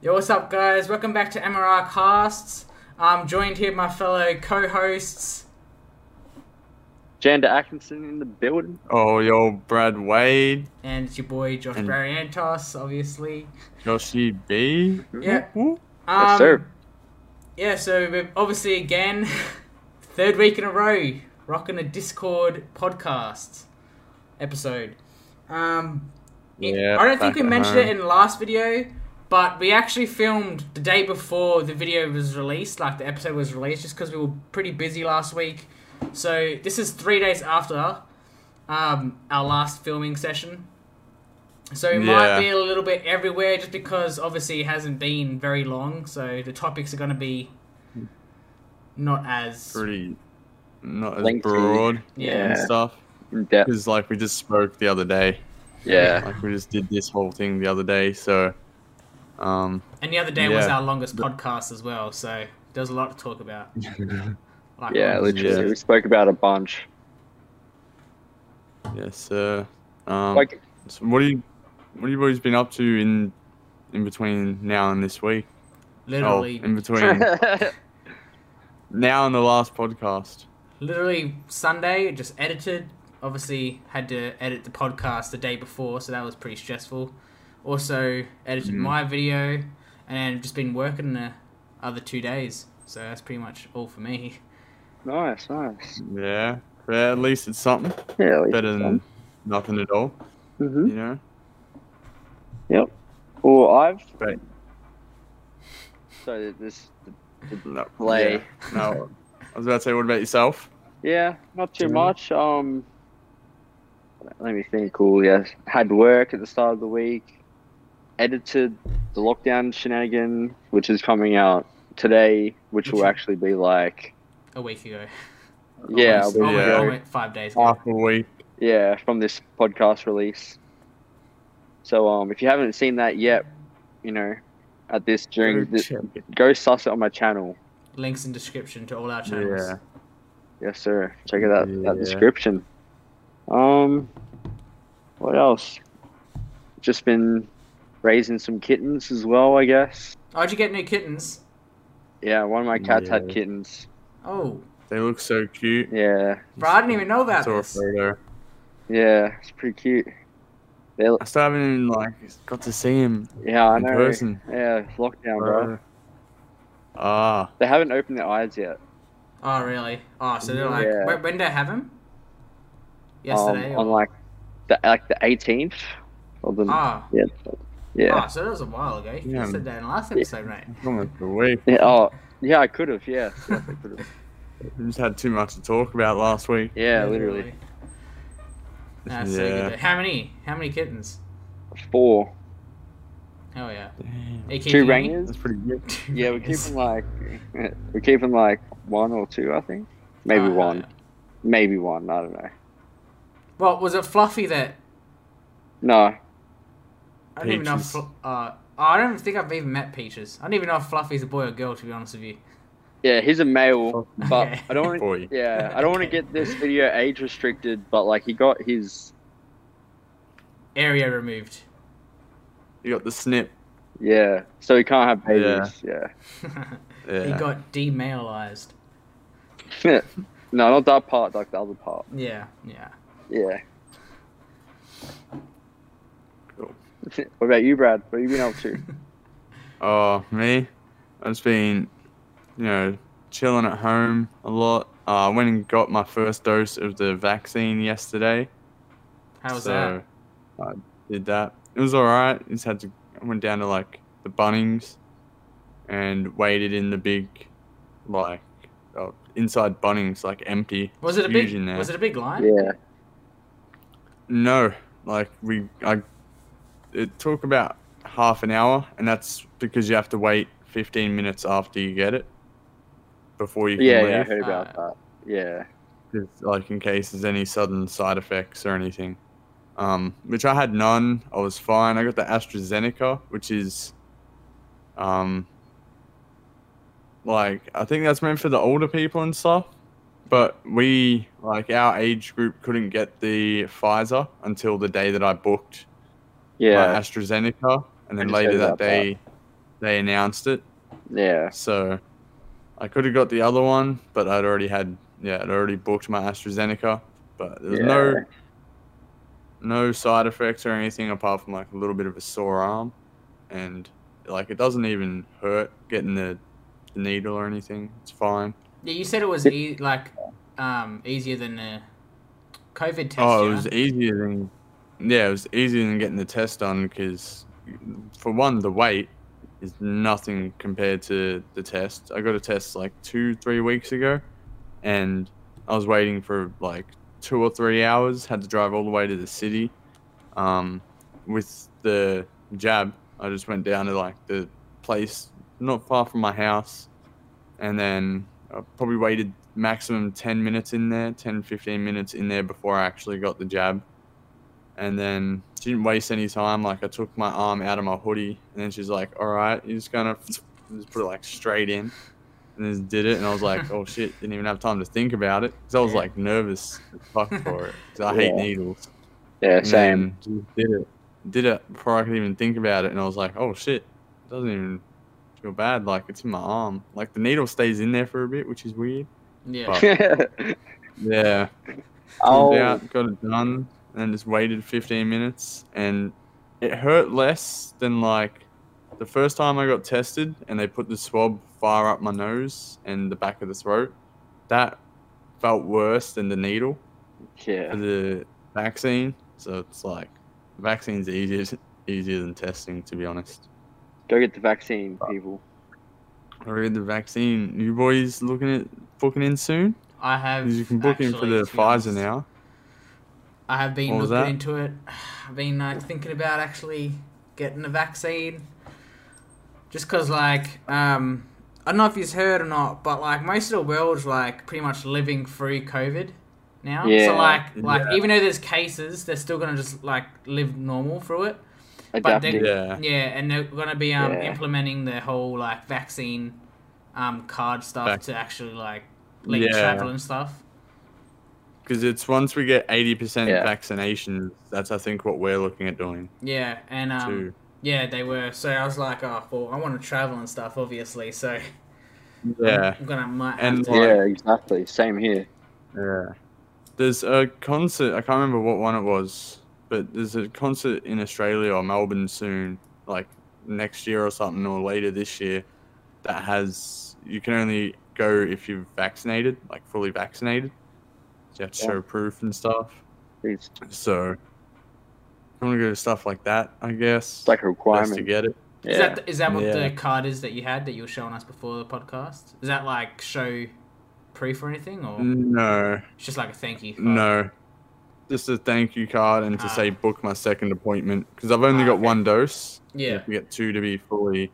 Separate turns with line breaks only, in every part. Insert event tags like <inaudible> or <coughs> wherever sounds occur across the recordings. Yo, what's up, guys? Welcome back to MRR Casts. I'm joined here by my fellow co-hosts.
Janda Atkinson in the building.
Oh, yo, Brad Wade,
And it's your boy Josh
And-
Barrientos, obviously.
Joshy B.
Yeah.
Whoop, whoop.
Um,
yes, sir.
Yeah, so we've obviously again, <laughs> third week in a row, rocking a Discord podcast episode. Um, it-
Yeah,
I don't think we
back at
mentioned it
home.
in the last video, but we actually filmed the day before the video was released, like the episode was released, just because we were pretty busy last week. So this is three days after um, our last filming session. So it might
Yeah.
be a little bit everywhere just because obviously it hasn't been very long, so the topics are going to be not as.
Pretty not as
Lengthy.
broad
Yeah.
and stuff.
In depth.
Because, like, we just spoke the other day.
Yeah.
Like, we just did this whole thing the other day. So, um,
And the other day was
Yeah.
our longest podcast as well, so there's a lot to talk
<laughs>
about. Like,
Yeah,
honestly.
literally.
Yeah.
We spoke about a bunch.
yes, sir. Um, <laughs>
Like,
so what do you, what have you boys been up to in, in between now and this week?
Literally,
Oh,
<laughs>
in between now and the last podcast.
literally Sunday, just edited. Obviously, had to edit the podcast the day before, so that was pretty stressful. Also, edited
Mm.
my video, and just been working the other two days. So that's pretty much all for me. <laughs>
nice, nice.
Yeah. But at least it's something
Yeah, like,
better than nothing at all,
hmm
you know?
Well, I've.
Right.
So this
No,
play.
yeah. No, I was about to say, what about yourself?
Yeah, not too
Yeah.
much. Um, let me think. Cool. Yeah, had work at the start of the week. Edited the lockdown shenanigan, which is coming out today, which will
Which-
actually be like
A week ago.
Oh,
Oh
yeah,
Almost-
a week
almost-
yeah.
ago.
almost five days ago.
Half a week.
yeah, from this podcast release. So um, if you haven't seen that yet, you know, at this during
Go
this,
check it.
go suss it on my channel.
Links in description to all our channels.
Yeah.
Yes, sir. Check it out.
Yeah.
That description. Um, what else? Just been raising some kittens as well, I guess.
Oh, did you get new kittens?
Yeah, one of my cats had
Yeah.
kittens.
Oh,
They look so cute.
Yeah,
bro, I didn't even know
I
about
saw a
this.
photo.
yeah, it's pretty cute. They,
I still haven't even like got to see him
yeah, I
in
know.
person.
Yeah, lockdown, bro.
bro. Ah,
They haven't opened their eyes yet.
Oh, really? Oh, so they're like,
Yeah.
when, when did I have them?
Um,
Yesterday?
on
or...
like the like the 18th or the
Oh,
yeah yeah.
Oh, so that was a while ago. You
Yeah.
said that in the last episode, mate.
almost a week.
yeah. Oh, yeah, I could have. Yeah, yes, I
<laughs>
could have.
We just had too much to talk about last week.
Yeah, literally
That's so
yeah.
good. How many? How many kittens?
four.
Hell yeah.
Damn,
Are you
Two
keeping any?
ringers.
that's pretty good.
Two
Yeah, we're
ringers.
keeping like <laughs> we're keeping like one or two, I think. Maybe
Oh,
one,
hell yeah.
Maybe one, I don't know.
Well, was it Fluffy that?
No.
I don't even know. If,
Peaches.
Fl- uh, oh, I don't think I've even met Peaches. I don't even know if Fluffy's a boy or girl. To be honest with you.
Yeah, he's a
Oh, <laughs>
male,
Fuck.
but
Okay.
I don't want to
Boy.
yeah, I don't want to get this video age restricted, but like he got his
Area removed. <laughs>
You got the snip.
yeah, so he can't have babies. Yeah. <laughs>
He
Yeah.
got demaleized.
no, not that part, like the other part.
Yeah, yeah. <laughs>
Yeah.
Cool.
<laughs> What about you, Brad? What have you been up to?
Oh, me? I've just been, you know, chilling at home a lot. Uh, I went and got my first dose of the vaccine yesterday.
How was
so I did that. It was all right. Just had to I went down to like the Bunnings, and waited in the big, like, uh, inside Bunnings, like empty.
that? Was it a
huge
big?
in there.
Was it a big line?
yeah.
No, like we, I, it took about half an hour, and that's because you have to wait 15 minutes after you get it before you can
Yeah,
leave.
yeah, I heard about
Uh,
that. Yeah.
'cause, like in case there's any sudden side effects or anything. Um, which I had none. I was fine. I got the AstraZeneca, which is, um, like I think that's meant for the older people and stuff. But we, like our age group, couldn't get the Pfizer until the day that I booked
Yeah.
my AstraZeneca, and then
just
later
heard
that
about that.
day, they announced it.
Yeah.
So I could have got the other one, but I'd already had yeah, I'd already booked my AstraZeneca. But there was no
Yeah.
no side effects or anything apart from like a little bit of a sore arm and like it doesn't even hurt getting the, the needle or anything. It's fine.
Yeah, you said it was e- like um, easier than a COVID test.
Oh,
yeah?
it was easier than yeah, it was easier than getting the test done because for one, the wait is nothing compared to the test. I got a test like two, three weeks ago, and I was waiting for like two or three hours. Had to drive all the way to the city. Um, with the jab, I just went down to like the place not far from my house, and then I probably waited maximum 10 minutes in there, 10, 15 minutes in there before I actually got the jab. And then she didn't waste any time. Like, I took my arm out of my hoodie, and then she's like, All right, you just gonna just put it like straight in. And just did it, and I was like, Oh shit, didn't even have time to think about it. Because I was
Yeah.
like nervous as fuck for it. 'cause I hate
Yeah.
needles.
Yeah, <laughs>
And
same.
then just Did it. Did it before I could even think about it, and I was like, "Oh shit, it doesn't even feel bad. Like it's in my arm. Like the needle stays in there for a bit, which is weird."
yeah.
Fuck. uh, Yeah.
oh,
Pulled out, got it done, and then just waited 15 minutes, and it hurt less than like the first time I got tested, and they put the swab far up my nose and the back of the throat. That felt worse than the needle for
yeah.
the vaccine. So it's like the vaccine's easier easier than testing, to be honest.
Go get the vaccine,
Uh,
people.
I read the vaccine. You boys looking at booking in soon?
I have.
'Cause you can book in for
actually,
the
to be honest,
Pfizer now.
I have been
What was
looking
that?
into it. <sighs> I've been like thinking about actually getting a vaccine. Just cause like um, I don't know if you've heard or not, but like most of the world's like pretty much living through COVID now.
Yeah.
So like like even though there's cases, they're still gonna just like live normal through it. But they-
Adapting.
Yeah.
Yeah, and they're going to be um,
Yeah.
implementing the whole like vaccine um, card stuff
Vac-
to actually like link
Yeah.
travel and stuff.
Because it's once we get 80%
Yeah.
vaccination, that's I think what we're looking at doing
Yeah, and um,
too.
yeah, they were. So I was like, oh, well, I want to travel and stuff, obviously. So <laughs> um,
Yeah.
I'm gonna might have
And,
to.
Yeah,
like-
exactly. Same here.
Yeah. There's a concert, I can't remember what one it was, but there's a concert in Australia or Melbourne soon, like next year or something, or later this year, that has, you can only go if you're vaccinated, like fully vaccinated. So you have to
Yeah.
show proof and stuff.
It's,
So, I want to go to stuff like that, I guess.
it's like a
just to
requirement.
get it.
Is
Yeah.
that is that what
Yeah.
the card is that you had that you were showing us before the podcast? Is that like show proof or anything, or
No,
it's just like a thank you? card?
Mm. No. Just a thank you card and to
Ah.
say book my second appointment because I've only
Ah,
got
okay.
one dose.
Yeah.
You have to get two to be fully,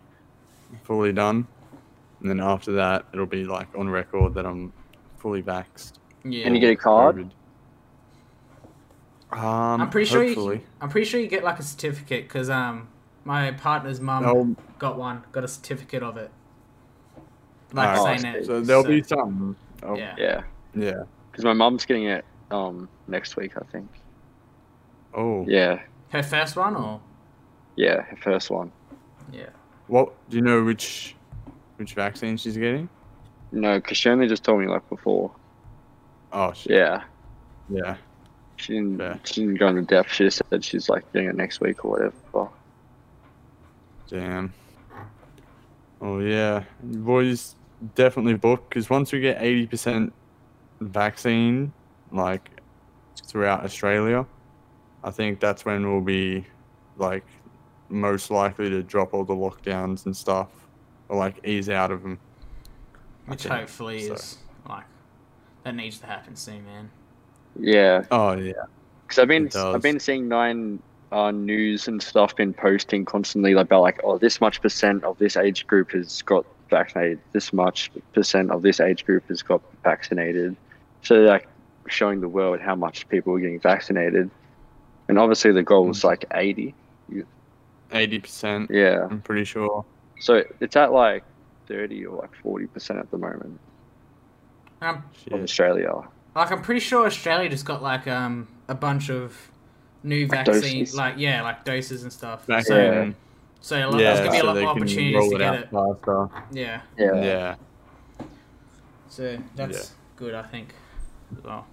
fully done, and then after that it'll be like on record that I'm fully vaxxed.
Yeah.
And you get a card?
COVID. Um,
I'm pretty sure
hopefully.
you. I'm pretty sure you get like a certificate because um my partner's mum
They'll-
got one, got a certificate of it. Like
Alright.
saying it.
so there'll
so-
be some. Oh,
yeah.
Yeah.
yeah.
Because my mum's getting it um next week, I think.
Oh.
Yeah.
Her first one or
Yeah. Her first one.
yeah.
What do you know? Which, which vaccine she's getting?
No, because she only just told me like before.
Oh shit.
Yeah.
Yeah.
She didn't,
Yeah.
she didn't go into depth. She just said she's like doing it next week or whatever.
Damn. Oh yeah, You boys definitely book because once we get eighty percent vaccine, like throughout Australia, I think that's when we'll be like most likely to drop all the lockdowns and stuff, or like ease out of them.
Which hopefully is like that needs to happen soon, man.
Yeah.
Oh yeah,
Because I've been
It does.
I've been seeing nine uh, news and stuff been posting constantly like, about like oh this much percent of this age group has got vaccinated, this much percent of this age group has got vaccinated. So they're, like showing the world how much people are getting vaccinated, and obviously the goal
Hmm.
was like eighty.
eighty percent.
Yeah,
I'm pretty sure.
so it's at like thirty or like forty percent at the moment
And I'm,
of
Shit.
Australia.
Um, like I'm pretty sure Australia just got like um a bunch of new
Like
vaccines,
doses.
like yeah, like doses and stuff.
Back
So
Yeah.
then,
So like, there's gonna be a
so
lot
they
more
can
opportunities
roll
to
it
get
out
it.
faster.
Yeah.
Yeah. Yeah.
Yeah.
So that's good, I think. As well.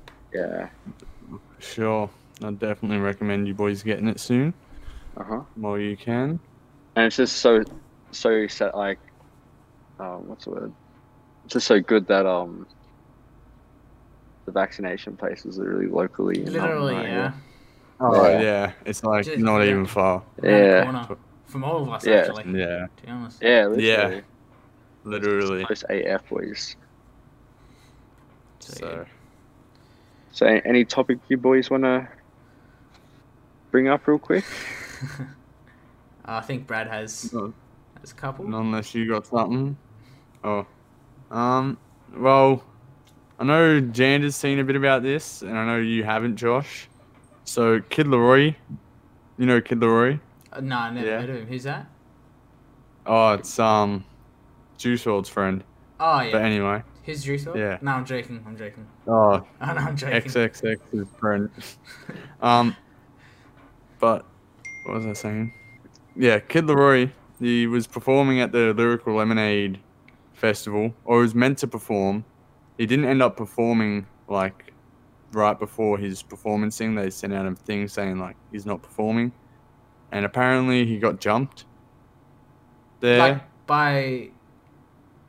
sure. I definitely recommend you boys getting it soon
Uh huh.
while you can.
And it's just so, so set like, um, what's the word? It's just so good that um, the vaccination places are really locally. and not
Literally,
right,
yeah.
Oh
Yeah.
yeah, it's like
Just-
not
yeah.
even far.
Around the
Yeah.
corner From all of us,
Yeah.
actually. To
Yeah,
be honest. <laughs>
Yeah.
Yeah,
Literally.
literally.
Close AF boys.
So
So, a- any topic you boys wanna bring up real quick?
Uh, I think Brad has
not
has a couple.
unless you got something. Oh, um. Well, I know Jander's seen a bit about this, and I know you haven't, Josh. So Kid Leroy, you know Kid Leroy.
Uh, no, I never
Yeah.
heard of him. Who's that?
Oh, it's um, Juice WRLD's friend.
Oh
But
yeah. <laughs>
anyway.
Who's Drusel?
Yeah.
No, I'm joking. I'm joking. <laughs>
Oh,
Oh, no, I'm joking.
XXX is Brent. um, but what was I saying? Yeah, Kid Leroy. He was performing at the Lyrical Lemonade Festival, or was meant to perform. He didn't end up performing like right before his performance thing. They sent out a thing saying like he's not performing, and apparently he got jumped. There,
<laughs> Like by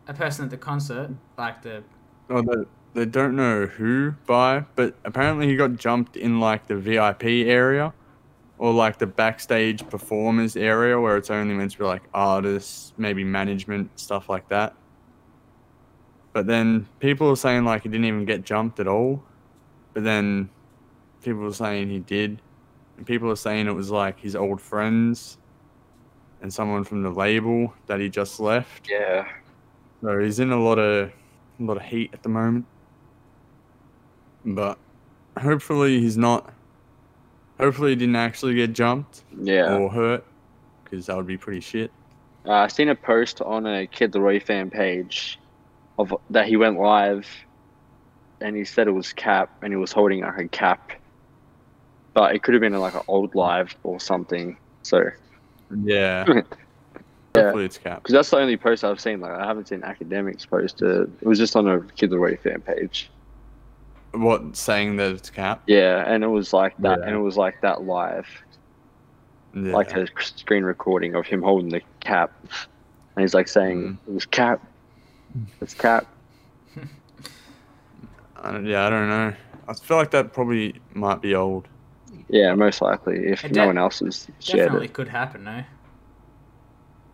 a person at the concert, like the
Oh, they, they don't know who by, but apparently he got jumped in like the VIP area or like the backstage performers area where it's only meant to be like artists, maybe management, stuff like that. But then people are saying like he didn't even get jumped at all. But then people are saying he did. And people are saying it was like his old friends and someone from the label that he just left.
Yeah.
So he's in a lot of a lot of heat at the moment. But hopefully he's not. Hopefully he didn't actually get jumped
Yeah.
or hurt, because that would be pretty shit.
Uh, I seen a post on a Kid Leroy fan page of that he went live, and he said it was cap, and he was holding like a cap, but it could have been like an old live or something. So, <laughs>
Yeah. Hopefully it's cap.
because that's the only post I've seen. Like I haven't seen academics post it. It was just on a Kid Leroy fan page.
What saying that it's cap?
Yeah, and it was like that,
Yeah.
and it was like that live,
Yeah.
like a screen recording of him holding the cap, and he's like
Mm.
saying it was cap, it's cap.
I don't, yeah, I don't know. I feel like that probably might be old.
Yeah, most likely if
It
no
de-
one else has shared
definitely
it.
could happen, no?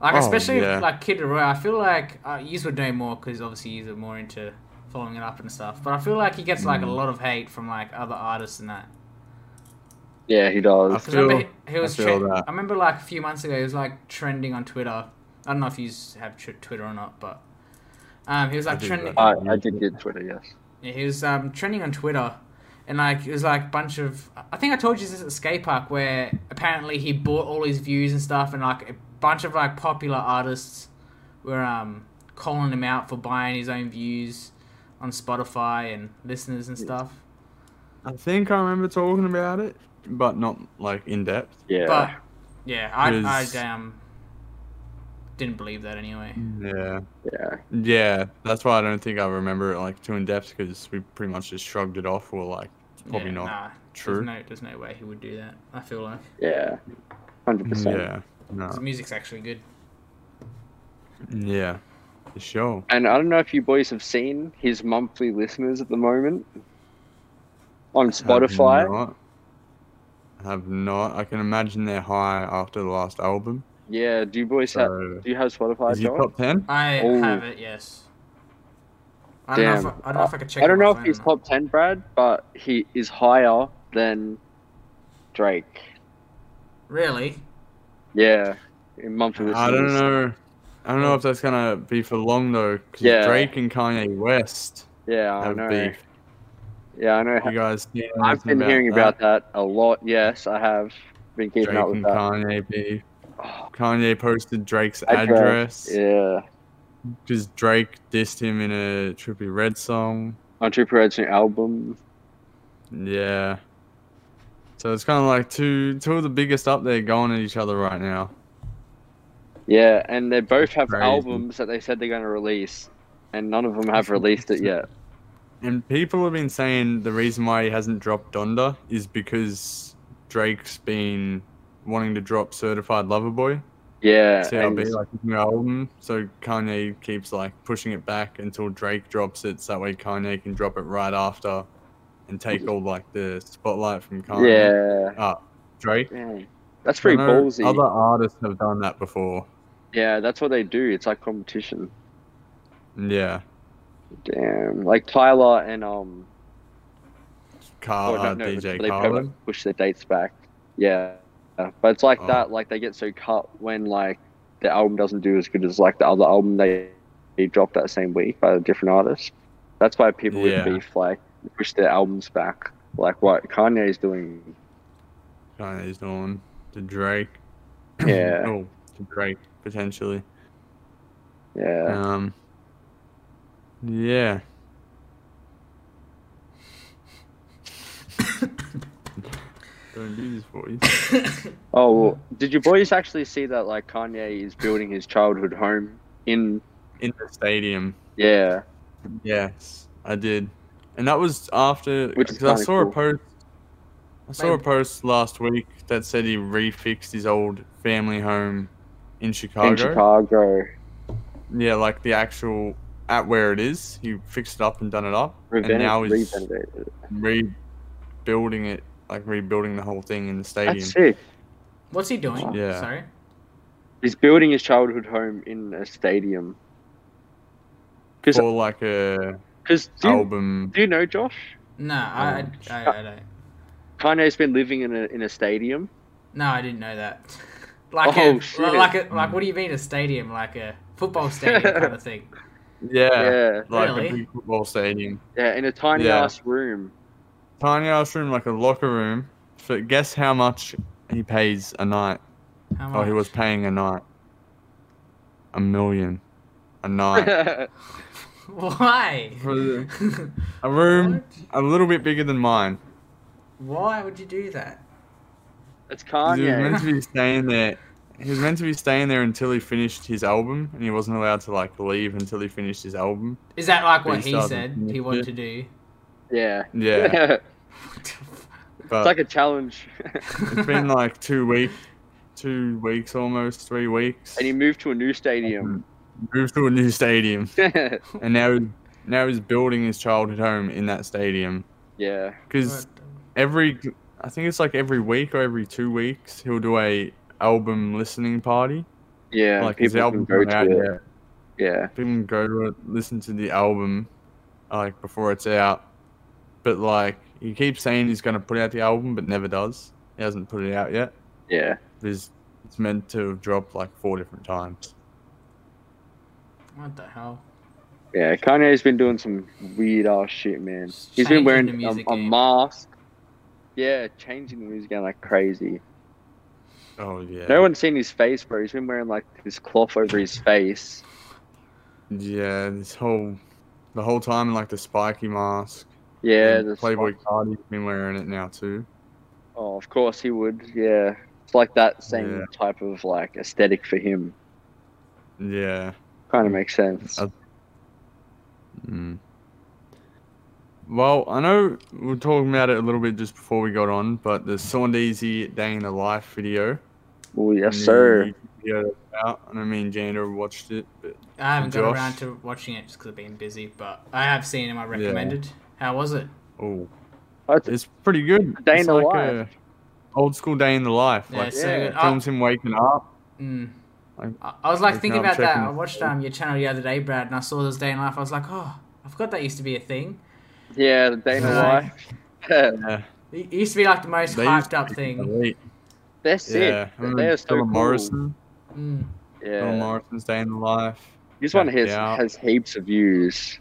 Like
Oh,
especially
yeah.
like Kid Leroy, I feel like uh, you would know more because obviously you are more into following it up and stuff. But I feel like he gets like
Mm.
a lot of hate from like other artists and that.
Yeah, he does.
Because remember
Feel-
he, he was.
I feel
tre-
that.
I remember like a few months ago, he was like trending on Twitter. I don't know if you have tr- Twitter or not, but um, he was like
do,
trending.
but-
I, I did get Twitter, yes.
Yeah, he was um, trending on Twitter, and like it was like a bunch of. I think I told you this at the skate park where apparently he bought all his views and stuff, and like a bunch of like popular artists were um, calling him out for buying his own views on Spotify and listeners and stuff.
I think I remember talking about it, but not like in depth.
Yeah.
But yeah, I,
Because-
I um, didn't believe that anyway.
Yeah.
yeah.
Yeah, that's why I don't think I remember it like too in depth because we pretty much just shrugged it off. We're like, it's probably
Yeah,
not
Nah,
true.
There's no, there's no way he would do that. I feel like
Yeah. 100%.
yeah, no,
'Cause the music's actually good.
yeah, for sure.
And I don't know if you boys have seen his monthly listeners at the moment on
Have
Spotify.
not, have not. I can imagine they're high after the last album.
Yeah, do you boys have
So,
do you have Spotify,
is he
Joel?
top ten?
I
Oh.
have it. Yes. I don't, know if,
Damn.
I don't know if I could check.
I
it on
don't
my
know if
phone
he's
or not.
top 10, Brad, but he is higher than Drake.
Really?
Yeah, in monthly listeners.
I don't know. I don't know if that's gonna be for long though. 'cause
Yeah.
Drake and Kanye West
Yeah, I
have
know. <laughs>
beef.
Yeah, I know.
You guys, seen
I've
anything
been hearing about that a lot. Yes, I have been keeping
Drake
up with
and
that.
Kanye beef.
Oh,
Kanye posted Drake's
Address,
address.
<gasps> yeah.
because Drake dissed him in a Trippy Red song.
On Trooper Ed's new album.
Yeah. So it's kind of like two two of the biggest up there going at each other right now.
Yeah, and they both have
Crazy.
albums that they said they're going to release, and none of them
<laughs>
have released it yet.
And people have been saying the reason why he hasn't dropped Donda is because Drake's been wanting to drop Certified Lover Boy.
Yeah, and-
CLB, like his new album. So Kanye keeps like pushing it back until Drake drops it. So that way Kanye can drop it right after and take all like the spotlight from Kanye.
Mm-hmm. yeah,
Drake.
man. that's pretty
I know
ballsy.
Other artists have done that before.
Yeah, that's what they do. It's like competition.
Yeah.
Oh, Damn, like Tyler and um,
Carl,
oh, no,
uh,
no,
DJ
they
Carlin.
push their dates back. Yeah, Uh, but it's like
Oh.
that. Like they get so cut when like the album doesn't do as good as like the other album they, they dropped that same week by a different artist. That's why people
Yeah.
with beef like push their albums back. Like what Kanye's doing.
<clears throat> Kanye's doing to Drake.
Yeah.
oh, to Drake potentially.
Yeah,
Um. Yeah. <coughs> Don't do this voice.
Oh, well, did you boys actually see that? Like Kanye is building his childhood home in.
in the stadium.
Yeah,
Yes, I did, and that was after
Which is
because I
kinda
saw a
cool.
post. I saw a
Maybe-
post last week that said he refixed his old family home in Chicago.
in Chicago.
Yeah, like the actual at where it is, he fixed it up and done it up, and now he's
revenge.
rebuilding it, like rebuilding the whole thing in the stadium.
That's sick.
What's he doing?
Yeah.
Sorry.
He's building his childhood home in a stadium. Because,
Or like a
do, you-
album.
do you know Josh?
No,
Oh,
I, I, I, I don't.
Kanye's been living in a in a stadium.
No, I didn't know that. <laughs> Like
Oh,
a,
shit.
like a, like what do you
Hmm.
mean a stadium? Like a football stadium kind of
<laughs>
thing.
Yeah,
Yeah,
yeah,
like
Really?
a big football stadium.
in a tiny
Yeah.
ass room.
tiny ass room, like a locker room. So guess how much he pays a night?
How
Oh, he was paying a night. A million,
<laughs>
a night
<laughs> Why?
for the- a room
What?
a little bit bigger than mine.
Why would you do that?
it's
'Cause He was
Kanye.
meant
<laughs>
to be staying there. He was meant to be staying there until he finished his album, and he wasn't allowed to like leave until he finished his album.
Is that like what
Based
he
on-
said he wanted to do? <laughs>
yeah,
Yeah,
<laughs>
Uh,
it's
but
like a challenge.
<laughs>
<laughs>
it's been like two weeks, two weeks almost, three weeks.
and he moved to a new stadium.
moved to a new stadium.
yeah,
and now now he's building his childhood home in that stadium
<laughs> yeah,
because every I think it's like every week or every two weeks he'll do a album listening party. like his
people can
album
go
coming
to
out,
it.
yeah.
Yeah,
People can go to it, listen to the album, like before it's out. But like he keeps saying he's gonna put out the album, but never does. He hasn't put it out yet.
yeah.
It's it's meant to have dropped like four different times.
What the hell?
Yeah, Kanye's been doing some weird ass shit, man.
Just
He's
changing
been wearing
the
a,
music
a
game.
mask. Yeah, changing the music game like crazy.
Oh yeah.
No one's seen his face, bro. He's been wearing like this cloth over his face.
Yeah, this whole the whole time like the spiky mask.
Yeah,
And
the
Playboy Cardi's been wearing it now too.
Oh, of course he would. Yeah, it's like that same
Yeah.
type of like aesthetic for him.
Yeah.
Kind of makes sense.
Uh, Mm. Well, I know we were talking about it a little bit just before we got on, but the Saundesi Day in the Life video.
Oh yes,
the
sir.
Video that's out, and I mean, Jander watched it, but
I haven't got
Josh?
around to watching it just because I've been busy, but I have seen him. I recommended. How was it?
oh,
That's-
it's pretty good.
Day in
it's
the
like
Life.
a old school Day in the Life.
Yeah,
like,
so
yeah,
good. I-
films him waking up.
Mm.
Like-
I, I was like
Like,
thinking
now I'm
about that.
checking
I
the-
watched um, your channel the other day, Brad, and I saw this day in life. I was like, oh, I forgot that used to be a thing.
Yeah, the day in the
Right.
life. Yeah, <laughs>
Yeah,
It used to be like the most
they used
hyped
to
up
be
thing.
elite.
they're sick.
Yeah, I remember
They're so
Philip
cool.
Morrison.
Mm.
Yeah,
Philip Morrison's Day in the Life.
this one
Checked
has
out.
has heaps of views.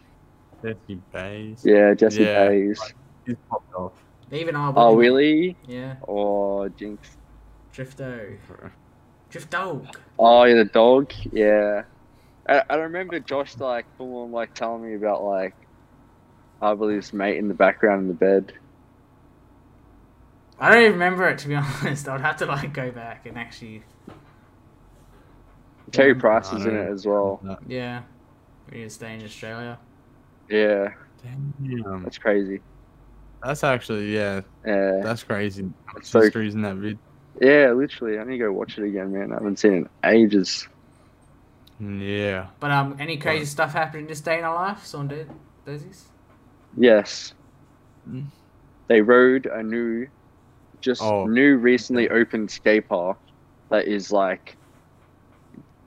Jesse Bays.
Yeah, Jesse
Yeah.
Bays.
He's popped off.
Even I.
Oh,
wouldn't-
really?
Yeah.
Or Jinx.
Drifto. Driftog.
Oh, yeah, the dog. Yeah. I, I remember Josh like full on like telling me about like I believe his mate in the background in the bed.
I <laughs> don't even remember it to be honest. I'd have to like go back and actually.
Terry Price is
I
in it
don't-
as well.
Yeah. We need to stay in Australia.
Yeah,
Damn.
that's crazy.
That's actually yeah.
Yeah,
That's crazy.
It's so-
Histories in that vid.
yeah, literally. I need to go watch it again, man. I haven't seen it in ages.
Yeah.
But um, any crazy stuff happening this day in our life? Someone did daisies?
Yes,
Mm.
they rode a new, just
Oh.
new recently opened skate park that is like,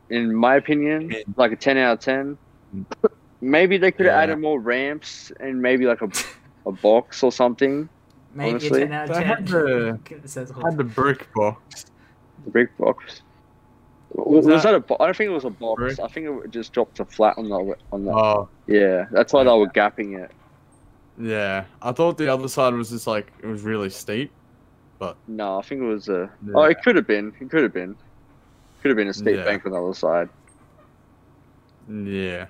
in my opinion,
Yeah.
like a ten out of ten. <laughs> Maybe they could have
Mm. Yeah.
added more ramps and maybe like a, a box or something.
Maybe
Honestly.
a ten out of
They
ten.
had the-
It says all-
Had the brick box.
The brick box. Was,
Was
was
that-
that, a bo- I don't think it was a box.
Brick?
I think it just dropped a flat on the on the.
Oh
Yeah, that's why they were gapping it.
yeah. I thought the other side was just like it was really steep.
No, I think it was a.
Yeah.
Oh, it could have been. It could have been. Could have been a steep
Yeah.
bank on the other side.
Yeah.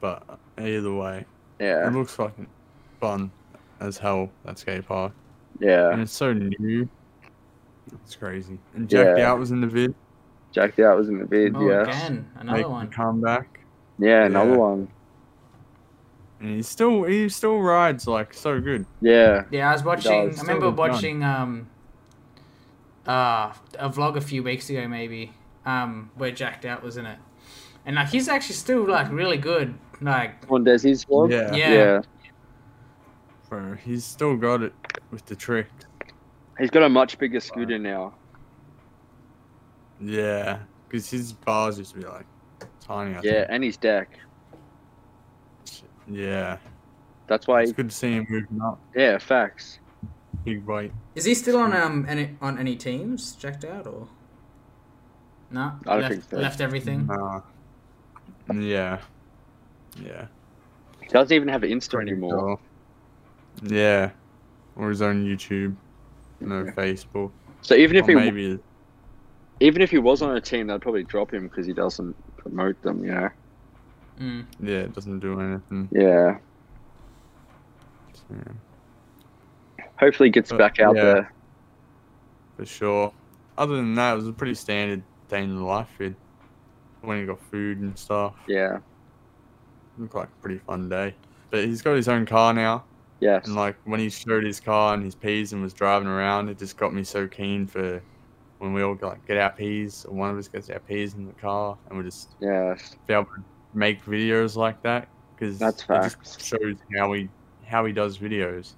But either way,
Yeah,
it looks fucking fun as hell. That skate park.
yeah.
And it's so new. It's crazy. And Jacked
Yeah.
Out was in the vid.
Jack the Out was in the bid.
Oh,
yes.
again,
Make
another
the
one.
comeback.
Yeah, another
Yeah.
one.
And he still he still rides like so good.
Yeah,
Yeah, I was watching.
it's
I remember
still done.
watching um, uh, a vlog a few weeks ago, maybe um, where Jacked Out was in it, and like he's actually still like really good. Like
on Desi's vlog.
Yeah.
Yeah.
yeah.
Bro, he's still got it with the trick.
He's got a much bigger scooter now.
Yeah. Because his bars used to be like tiny. I
Yeah,
think.
and his deck.
Yeah.
That's why.
It's good to see him moving up.
yeah, facts.
Big weight.
is he still on um any on any teams? Jacked Out or no?
I don't
left,
think so.
left everything.
Nah. Yeah. Yeah.
He doesn't even have Insta anymore.
Cool. Yeah. Or his own YouTube. No
Yeah.
Facebook.
So even
Or
if he
maybe
even if he was on a team, they'd probably drop him because he doesn't promote them. You know.
Mm.
yeah, it doesn't do anything.
Yeah.
Yeah,
Hopefully, he gets
Uh,
back out
yeah.
there.
for sure. Other than that, it was a pretty standard day in the life feed. When he got food and stuff.
Yeah.
Looked like a pretty fun day. But he's got his own car now.
Yes.
And like when he showed his car and his peas and was driving around, it just got me so keen for when we all like get our peas or one of us gets our peas in the car and we just
Yes.
be able to make videos like that because
That's
it
facts.
just shows how he how he does videos.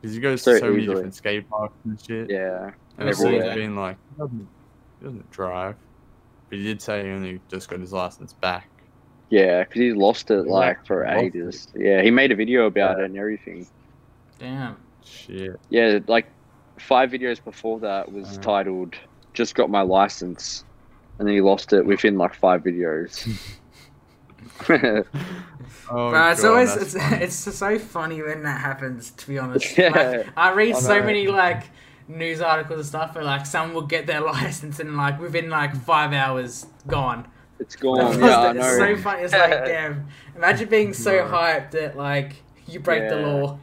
Because he goes
So
to so many
easily.
different skate parks and shit,
Yeah.
and it's always
everywhere.
been like he doesn't, he doesn't drive, but he did say he only just got his license back.
Yeah. Because he's lost it
Yeah.
like for
Lost it.
ages. Yeah. He made a video about it and everything.
Damn. <laughs>
Shit.
Yeah. Like five videos before that was
Uh.
titled "Just Got My License," and then he lost it within like five videos. <laughs>
Oh,
Bro, it's
God,
always
that's
it's, <laughs>
funny.
it's just so funny when that happens. To be honest,
<laughs> Yeah.
Like, I read
I
so
know.
many like news articles and stuff where like someone will get their <laughs> license and like within like five hours gone.
it's
<laughs> That
gone.
was-
Oh, Yeah, I
that's
know.
so funny. It's
<laughs>
like damn. Imagine being so
Yeah.
hyped that like you break the
Yeah. <laughs>
law.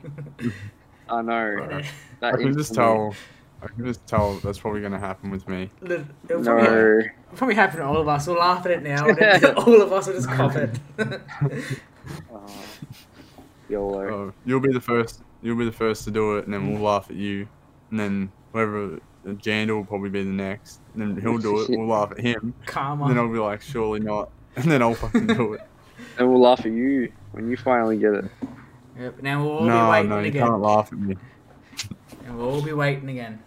<laughs>
I know.
Right.
That
I can just
instantly-
tell. I can just tell that's probably gonna happen with me.
It'll it'll probably, it'll
No.
probably happen to all of us. We'll laugh at it now, and
<laughs>
then all of us will just cop it.
<laughs>
<laughs>
Uh, YOLO.
Oh, you'll be the first. You'll be the first to do it, and
Mm.
then we'll laugh at you, and then whoever uh, Jandal will probably be the next, and then he'll
<laughs>
do it. We'll laugh at him, and then
Karma.
I'll be like, surely not, <laughs> and then I'll fucking
<laughs>
do it.
And we'll laugh at you when you finally get it.
Yep. Now we'll all be
no,
waiting
no, you
again,
can't laugh at me.
and we'll all be waiting again.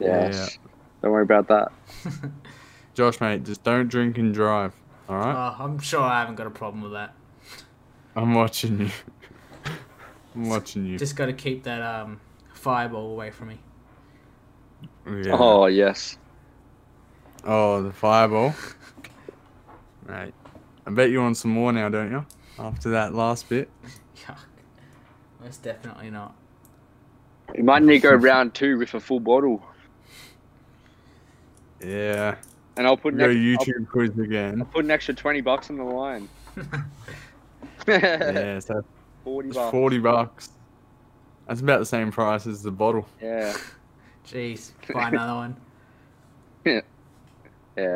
Yes. Don't worry about that.
<laughs>
Josh, mate, just don't drink and drive. All right,
Oh, I'm sure I haven't got a problem with that.
I'm watching you. <laughs> I'm watching you.
Just got to keep that um, fireball away from
<laughs>
me.
Yeah.
Oh yes.
Oh, the fireball. Right. I bet you want some more now, don't you? After that last bit.
Yuck. Most definitely not.
<laughs>
You might need to go round two with a full bottle.
Yeah.
And I'll put an
Go
extra,
YouTube quiz
<laughs>
again.
I'll put an extra twenty bucks on the line. <laughs>
Yeah, so
Forty
it's
bucks.
forty bucks. That's about the same price as the bottle. <laughs>
Yeah.
Jeez, buy another one.
Yeah.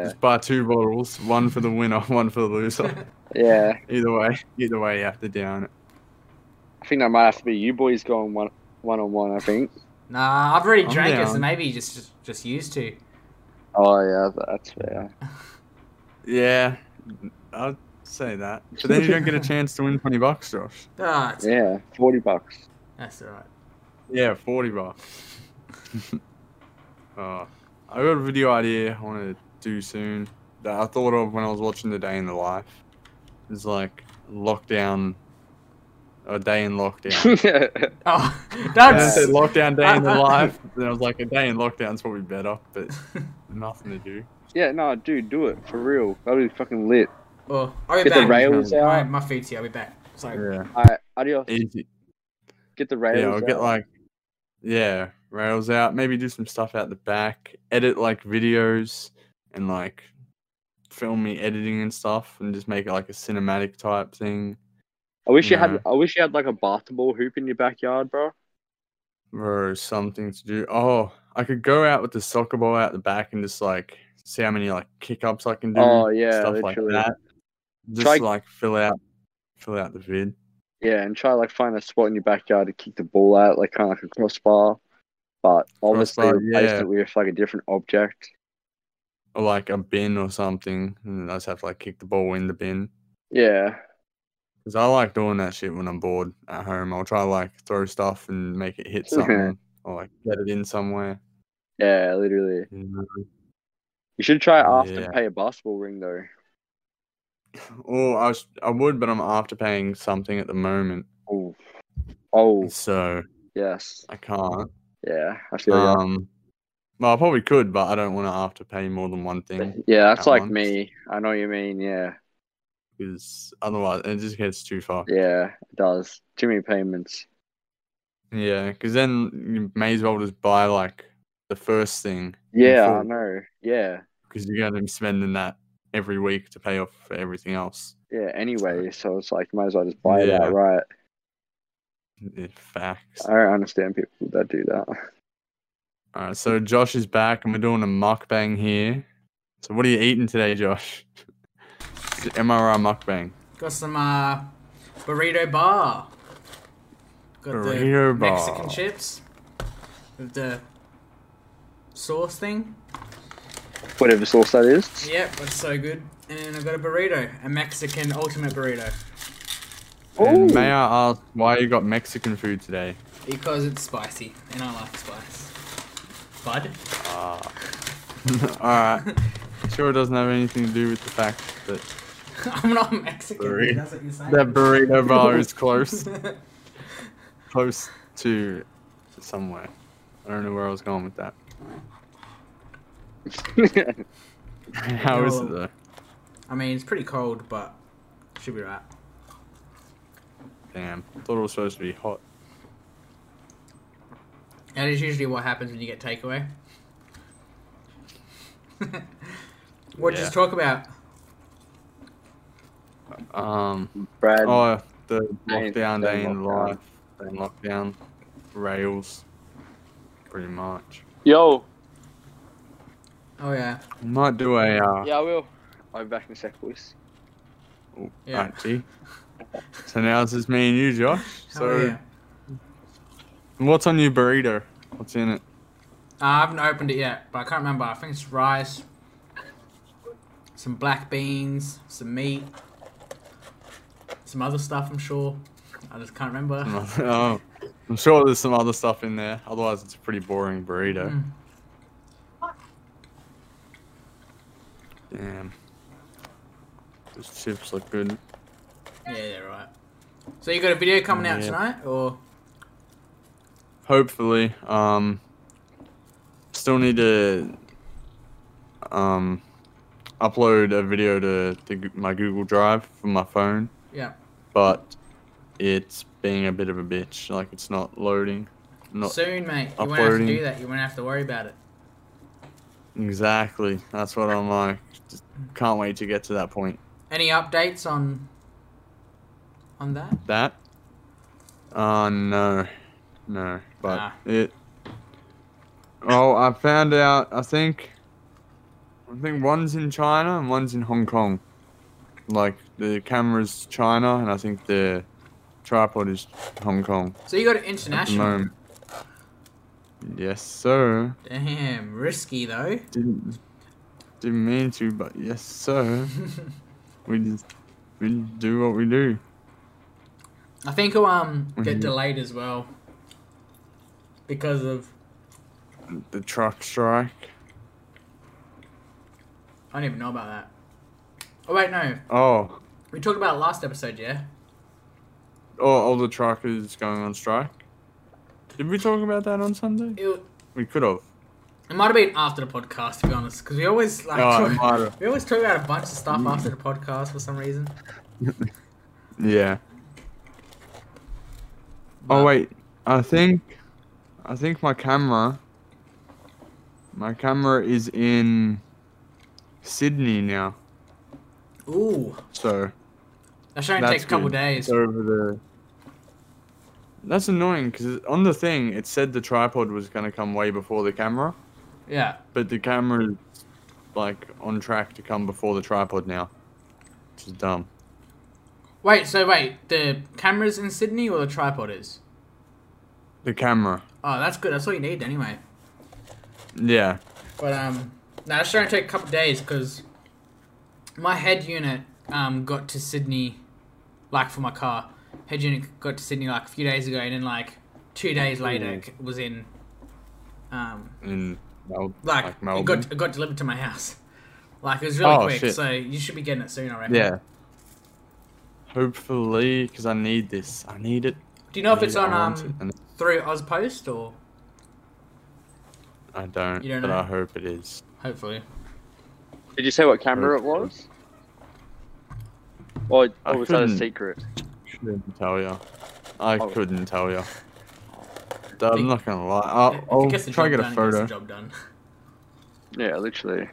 Just buy two bottles, one for the winner, <laughs> one for
<laughs>
the loser.
Yeah.
Either way, either way, you have to down it.
I think that might have to be you boys going one one on one, I think.
<laughs> Nah, I've already
I'm
drank it, so
down.
maybe you just just, just used to.
Oh yeah, that's fair.
Yeah, I'd say that. But then you
<laughs>
don't get a chance to win twenty bucks, Josh.
Ah, it's-
Yeah, forty bucks.
that's alright.
Yeah, forty bucks. <laughs> oh, I got a video idea I want to do soon that I thought of when I was watching the day in the life. It's like lockdown, a day in
<laughs>
lockdown.
Oh, <laughs>
And I
that's
said lockdown day in the life. Then I was like, a day in lockdown's probably better, but
<laughs>
nothing to do.
yeah, no, dude, do it for real. That'll be fucking lit.
well, Oh, I'll be
Get the
back.
rails out.
Alright, my food's here. I'll be back. Sorry.
Yeah,
Alright, adios.
easy.
Get the rails
Yeah, I'll
out.
get like, yeah, rails out. Maybe do some stuff out the back. Edit like videos and like film me editing and stuff, and just make it like a cinematic type thing.
I wish you had.
Nah.
I wish you had like a basketball hoop in your backyard, bro.
or something to do. Oh, I could go out with the soccer ball out the back and just like see how many like kick ups I can do.
Oh, yeah,
stuff
literally.
like that. Just
Try-
like fill out, fill out the vid.
Yeah, and try like find a spot in your backyard to kick the ball out, like kind of like a crossbar. But obviously,
Crossbar,
replace
yeah.
it with like a different object.
Or like a bin or something, and then I just have to like kick the ball in the bin.
Yeah,
Because I like doing that shit when I'm bored at home. I'll try to like throw stuff and make it hit
Okay.
something or like get it in somewhere.
yeah, literally.
you know.
You should try after
Yeah.
pay a basketball ring though.
Or I, was, I would, but I'm after paying something at the moment.
Oh, oh,
So
yes,
I can't.
yeah, I feel ya.
Um, well, I probably could, but I don't want to have to pay more than
<laughs>
one thing
Yeah, that's
that
like
one.
me. I know what you mean. Yeah,
because otherwise it just gets too far.
yeah, it does. Too many payments.
Yeah, because then you may as well just buy like the first thing
Yeah, I
full.
know. Yeah,
because you're going to be spending that every week to pay off for everything else.
yeah. Anyway, so it's like might as well just buy
Yeah.
that, right?
Yeah, Facts.
I don't understand people that do that.
All right, so Josh is back, and we're doing a mukbang here. So, what are you eating today, Josh? <laughs> It's an MRI mukbang.
Got some uh, burrito bar. Got
Burrito
the
bar.
Mexican chips with the sauce thing.
Whatever sauce that is. <laughs>
Yep, that's so good. And I got a burrito, a Mexican ultimate burrito,
And
Ooh.
may I ask why you got Mexican food <laughs> today?
because it's spicy and I like spice. Bud.
Ah. All right. Sure doesn't have anything to do with the fact that
<laughs> I'm not Mexican.
Burrito.
That's what you're saying.
<laughs> that burrito bar is close, <laughs> close to somewhere. I don't know where I was going with that. <laughs> How is it
No.
though?
<laughs> I mean, it's pretty cold, but should be right.
Damn, thought it was supposed to be hot.
That is usually what happens when you get takeaway. <laughs> what did
Yeah.
you talk about?
Um,
Brad.
oh, the
Day in-
lockdown
day
day
in
in
lockdown.
life, day in lockdown, rails, pretty much.
Yo.
Oh yeah,
Might do a uh,
Yeah, I will. I'll be back in a sec, boys.
oh,
Yeah.
alright, gee. So now it's just me and you, Josh.
How
So
are you?
what's on your burrito? What's in it? <laughs>
Uh, I haven't opened it yet, but I can't remember. I think it's rice, some black beans, some meat, some other stuff. I'm sure. I just can't remember.
oh, I'm sure there's some other stuff in there. Otherwise, it's a pretty boring burrito.
Mm.
Damn. Those chips look good.
<laughs> Yeah, yeah, right. So you got a video coming out
Yeah.
tonight, or
Hopefully, um, still need to um upload a video to, to Goo- my Google Drive from my phone,
yeah?
but it's being a bit of a bitch. Like it's not loading. Not
Soon, mate. You won't have to do
uploading.
that. You won't have to worry about it.
exactly. That's what I'm like. Just can't wait to get to that point.
Any updates on on that?
that. Uh no, no. But
Ah.
it. Oh, I found out. I think I think one's in China and one's in Hong Kong. Like the camera's China, and I think the tripod is Hong Kong.
So you got an
at the
international.
moment. Yes, sir.
Damn, risky though. <laughs>
Didn't didn't mean to, but yes, sir. we just we do what we do.
I think it'll um get
Mhm.
delayed as well because of
The truck strike.
I don't even know about that. Oh wait, no,
Oh,
we talked about it last episode, yeah.
oh, all the truckers going on strike. Did we talk about that on Sunday?
It, w-
We could have.
<laughs> it might have been after the podcast to be honest, because we always like
Oh, it
talk-
might have. Mm.
we always talk about a bunch of stuff after the podcast for some reason.
Yeah. Oh
But-
wait, I think, I think my camera. My camera is in Sydney now,
Ooh,
so
that should only take
that's
a couple
good.
days.
It's over the. That's annoying because on the thing it said the tripod was gonna come way before the camera,
yeah,
but the camera is like on track to come before the tripod now, which is dumb.
Wait, so wait, the camera's in Sydney or the tripod is?
The camera,
Oh, that's good. That's all you need anyway.
yeah,
But um, no, it's going to take a couple days because my head unit um got to Sydney, like for my car, head unit got to Sydney like a few days ago, and then like two days later
Ooh.
it c- was in, um,
in Mel-
like,
like
it
Melbourne.
got it got delivered to my house. Like it was really
Oh,
quick,
shit.
so you should be getting it soon, I reckon.
Yeah. Hopefully, because I need this. I need it.
Do you know if
Need
it's
it,
on
I want it,
um
and
through Ozpost or
I don't,
You don't
but
know?
I hope it is.
hopefully?
Did you say what camera it was? Or,
I
or was that a
couldn't-
secret?
Couldn't tell you. I
Oh.
couldn't tell you.
Think-
I'm not gonna lie. I'll,
If it
I'll
gets the
try
job
to get
done,
a
it gets the
photo.
job done. <laughs>
Yeah, literally.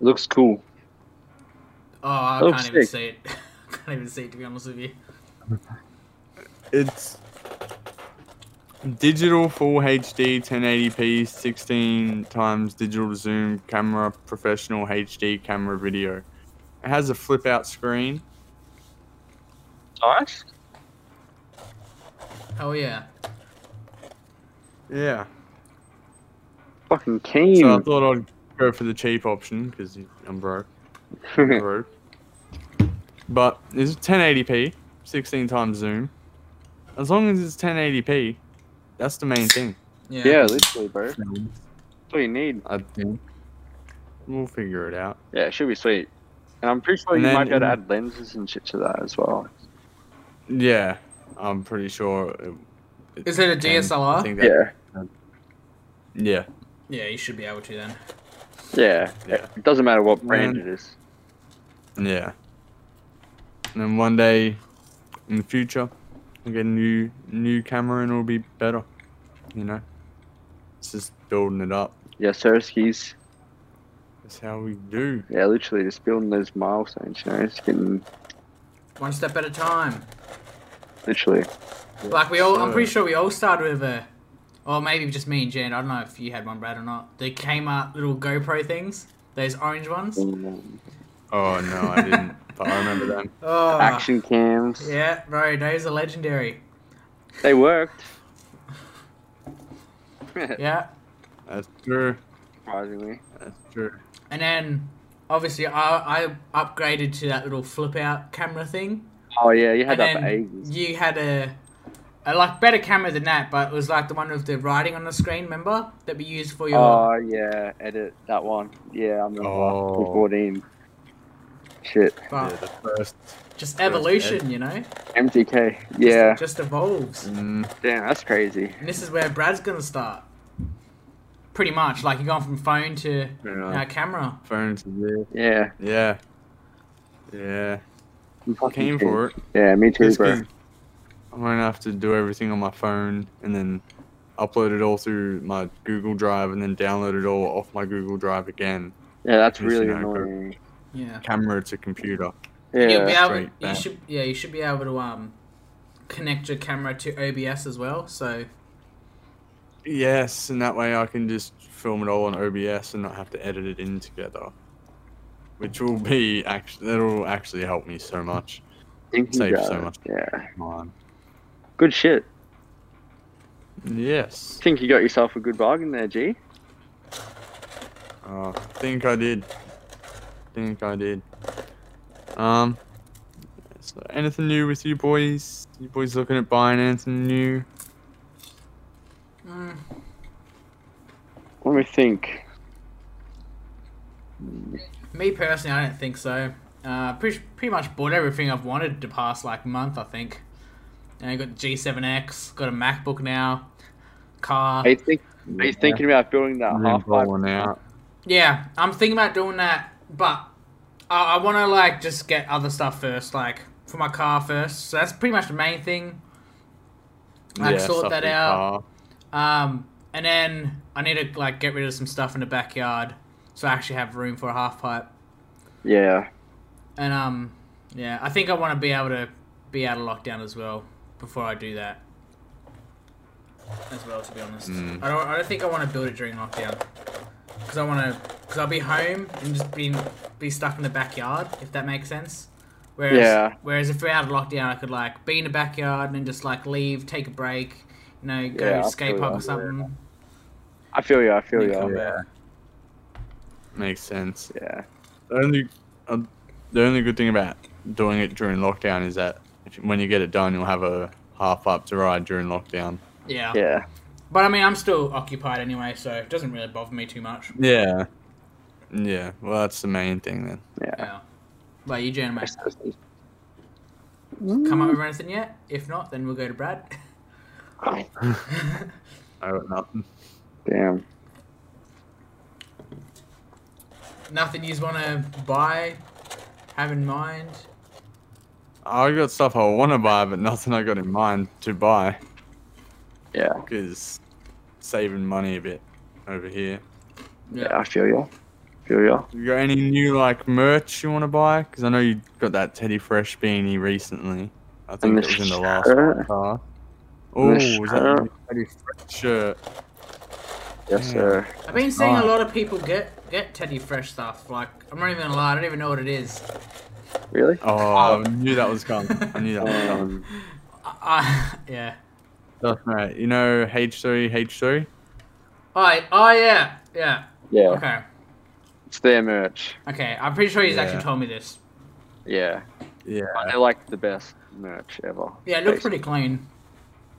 Looks cool.
Oh, I
Oh,
can't even
sick.
see it. <laughs> I can't even see it to be honest with you.
It's digital full HD 1080p 16 times digital to zoom camera professional HD camera video. It has a flip out screen.
Nice.
Hell yeah.
Yeah.
Fucking keen.
So I
<laughs>
thought I'd go for the cheap option because I'm broke. True. But it's 1080p, 16 times zoom. As long as it's 1080p, that's the main thing.
Yeah.
yeah, literally, bro. That's all you need.
I think we'll figure it out.
Yeah, it should be sweet. And I'm pretty sure
And
you
then
might be able to
in-
add lenses and shit to that as well.
Yeah, I'm pretty sure. It,
Is it a
can.
DSLR?
I think that-
Yeah.
Yeah.
Yeah, you should be able to then.
Yeah.
Yeah.
It doesn't matter what brand
Man.
it is.
Yeah. And then one day in the future, I'll get a new new camera and it'll be better. You know, it's just building it up.
Yeah, Surskis.
That's how we do.
Yeah, literally just building those milestones, you know, it's getting
One step at a time.
literally
Like we all, I'm
Sure.
pretty sure we all started with a, or maybe just me and Jen. I don't know if you had one, Brad, or not. The Kmart little GoPro things, those orange ones.
Oh no, I didn't. but I remember them.
Oh,
action cams.
Yeah, bro, those are legendary.
They worked.
<laughs> Yeah,
That's true.
Surprisingly.
That's true.
and then obviously I, I upgraded to that little flip out camera thing.
Oh yeah, you had that
and
for
then
ages.
you had a, a like better camera than that, but it was like the one with the writing on the screen. Remember that we used for your. uh,
Oh yeah, edit that one. Yeah, I'm
Oh.
oh. 14. Shit.
but
Yeah, the first.
just evolution, you know.
MTK. Yeah.
just, just evolves.
Mm,
Damn, that's crazy.
And this is where Brad's gonna start. Pretty much, like you're going from phone to
Yeah.
uh, camera.
phones is
Yeah.
it. Yeah. Yeah.
I'm fucking
Came
keen.
for it.
Yeah, me too,
Just
bro.
'cause I won't have to do everything on my phone and then upload it all through my Google Drive and then download it all off my Google Drive again.
Yeah, that's
Just
really
no go.
annoying.
Yeah.
Camera to computer.
You'll be
Yeah.
able.
straight
You
back.
should. Yeah, you should be able to um connect your camera to OBS as well. So
Yes, and that way I can just film it all on OBS and not have to edit it in together, which will be actually that'll actually help me so much.
Thank you,
Saves
guys.
so much.
Yeah.
Mine.
Good shit.
Yes,
Think you got yourself a good bargain there, G.
uh, think I did. Think I did. Um, so anything new with you boys? You boys looking at buying anything new?
Mm.
Let me think.
Me personally, I don't think so. Uh, pretty, pretty much bought everything I've wanted the past like month, I think. And I got the G7X, got a MacBook now, car.
Are you, think, are you thinking about building that
Been
half pipe?
balling out.
Yeah, I'm thinking about doing that, but I, I want to like just get other stuff first, like for my car first. So that's pretty much the main thing. Like sort
stuff
that
in the
out.
car.
Um, and then I need to like get rid of some stuff in the backyard, so I actually have room for a half pipe.
eh?
Yeah.
And um, yeah, I think I want to be able to be out of lockdown as well before I do that. As well, to be honest,
Hmm.
Mm.
I don't. I don't think I want to build it during lockdown because I want to. Because I'll be home and just be be stuck in the backyard, if that makes sense. Whereas,
Yeah.
whereas if we're out of lockdown, I could like be in the backyard and then just like leave, take a break, you know, go
Yeah, I
skate
feel
park
that,
or something.
I feel you. I feel
Yeah.
you.
Yeah. Makes sense.
Yeah.
The only, uh, the only good thing about doing it during lockdown is that if, when you get it done, you'll have a half up to ride during lockdown.
Yeah.
Yeah.
But I mean, I'm still occupied anyway, so it doesn't really bother me too much.
Yeah. Yeah. Well, that's the main thing then.
Yeah.
Yeah. But you, Jan, mate?
Mm.
come
Mm.
up with anything yet? If not, then we'll go to Brad. <laughs>
I got nothing.
Damn.
Nothing you want to buy, have in mind.
I got stuff I want to buy, but nothing I got in mind to buy
Yeah.
because saving money a bit over here.
Yeah. I feel you. Feel you.
You got any new like merch you want to buy? Because I know you got that Teddy Fresh beanie recently. I think
And the
it was in the last
shirt.
car. Oh,
And the
was that
shirt.
your Teddy Fresh shirt?
Yes,
Yeah.
sir.
I've been seeing a
Alright.
lot of people get get Teddy Fresh stuff. Like I'm not even gonna lie, I don't even know what it is.
Really?
Oh,
Oh.
I knew that was coming. I knew that was coming.
Um,
I, <laughs> I, yeah.
That's right. You know H3, H3?
I oh yeah yeah.
yeah.
Okay
It's their merch.
okay. I'm pretty sure he's actually
Yeah.
told me this.
Yeah.
Yeah.
They're like the best merch ever.
Yeah, it looks
Basically.
pretty clean.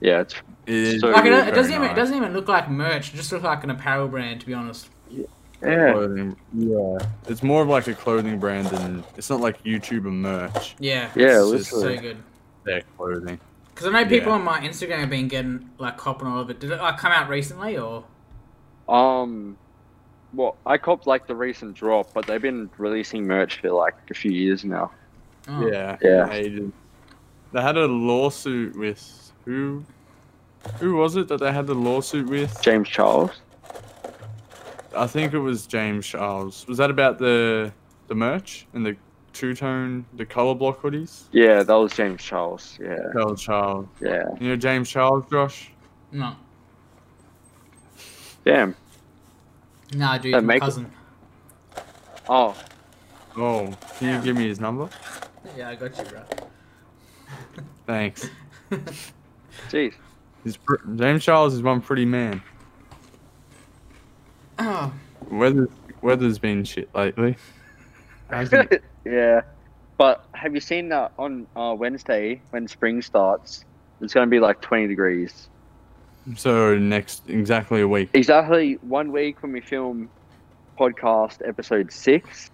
Yeah. It's
It is
So-
Like it,
Very
it doesn't even
nice.
it doesn't even look like merch. It just looks like an apparel brand, to be honest.
yeah.
clothing- Yeah. It's more of like a clothing brand than it's not like YouTuber merch.
Yeah.
Yeah.
It's just
So
Literally.
good.
Their clothing.
Because I know people
Yeah.
on my Instagram have been getting like copping all of it. Did it like come out recently or?
Um, well, I copped like the recent drop, but they've been releasing merch for like a few years now.
Oh.
Yeah.
Yeah.
Ages. They had a lawsuit with who? Who was it that they had the lawsuit with?
James Charles.
I think it was James Charles. Was that about the the merch and the two tone, the color block hoodies?
Yeah, that was James Charles. Yeah.
Charles Charles.
Yeah.
You know James Charles, Josh?
No.
Damn.
No, dude,
That
my
make-
cousin.
Oh,
Oh, can
Yeah.
you give me his number?
Yeah, I got you, bro.
Thanks.
jeez.
He's pr- James Charles is one pretty man.
Oh,
Weather weather's been shit lately. Hasn't it?
<laughs> yeah. But have you seen that on uh, Wednesday when spring starts? It's going to be like 20 degrees.
<laughs> so next exactly a week.
Exactly one week when we film podcast episode six.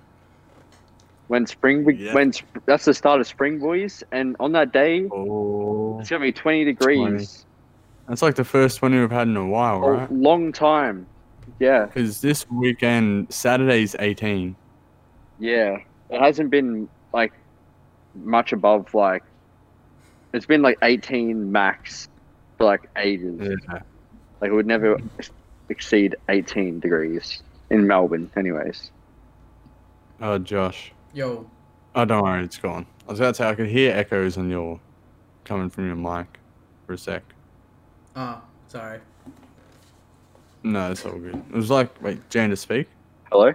When spring, be-
Yeah.
when sp- that's the start of spring, boys, and on that day
Oh,
it's gonna be 20 degrees.
that's like the first one we've had in a while,
A
right?
long time. Yeah,
Because this weekend, Saturday's 18.
yeah. It hasn't been like much above like it's been like 18 max for like ages.
Yeah.
Like it would never exceed 18 degrees in Melbourne, anyways.
Oh, Josh.
<laughs> yo.
Oh, don't worry, it's gone. I was about to say I could hear echoes on your
uh,
coming from your mic for a sec.
Oh, sorry.
No, it's all good. It was like, wait, Jan to speak?
Hello?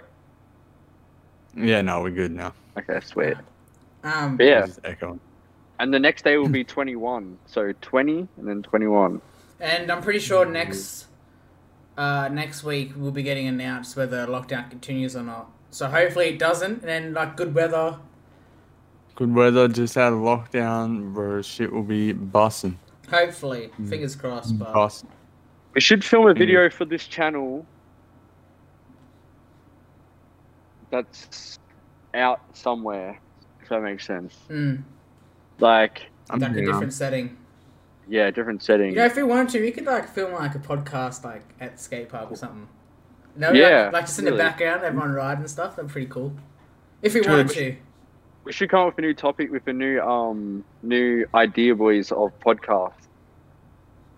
Yeah, no, we're good now.
Okay, sweet.
Um,
But yeah,
It's just echoing.
and the next day will be 21. So 20 and then 21.
And I'm pretty sure next uh, next week we'll be getting announced whether lockdown continues or not. So hopefully it doesn't. And then like good weather.
Good weather, just out of lockdown, bro. Shit will be busting.
Hopefully, fingers crossed. But
Busting.
We should film a video for this channel that's out somewhere, if that makes sense.
Mm,
Like,
I'm
like a
down.
different setting.
yeah, different setting.
You know, if we wanted to, we could like film like a podcast like at skate park or something. No,
Yeah,
like, like just in the
really.
background, everyone riding and stuff. That'd be pretty cool. If we
Dude.
wanted to,
We should come up with a new topic with a new um new idea, boys, of podcast.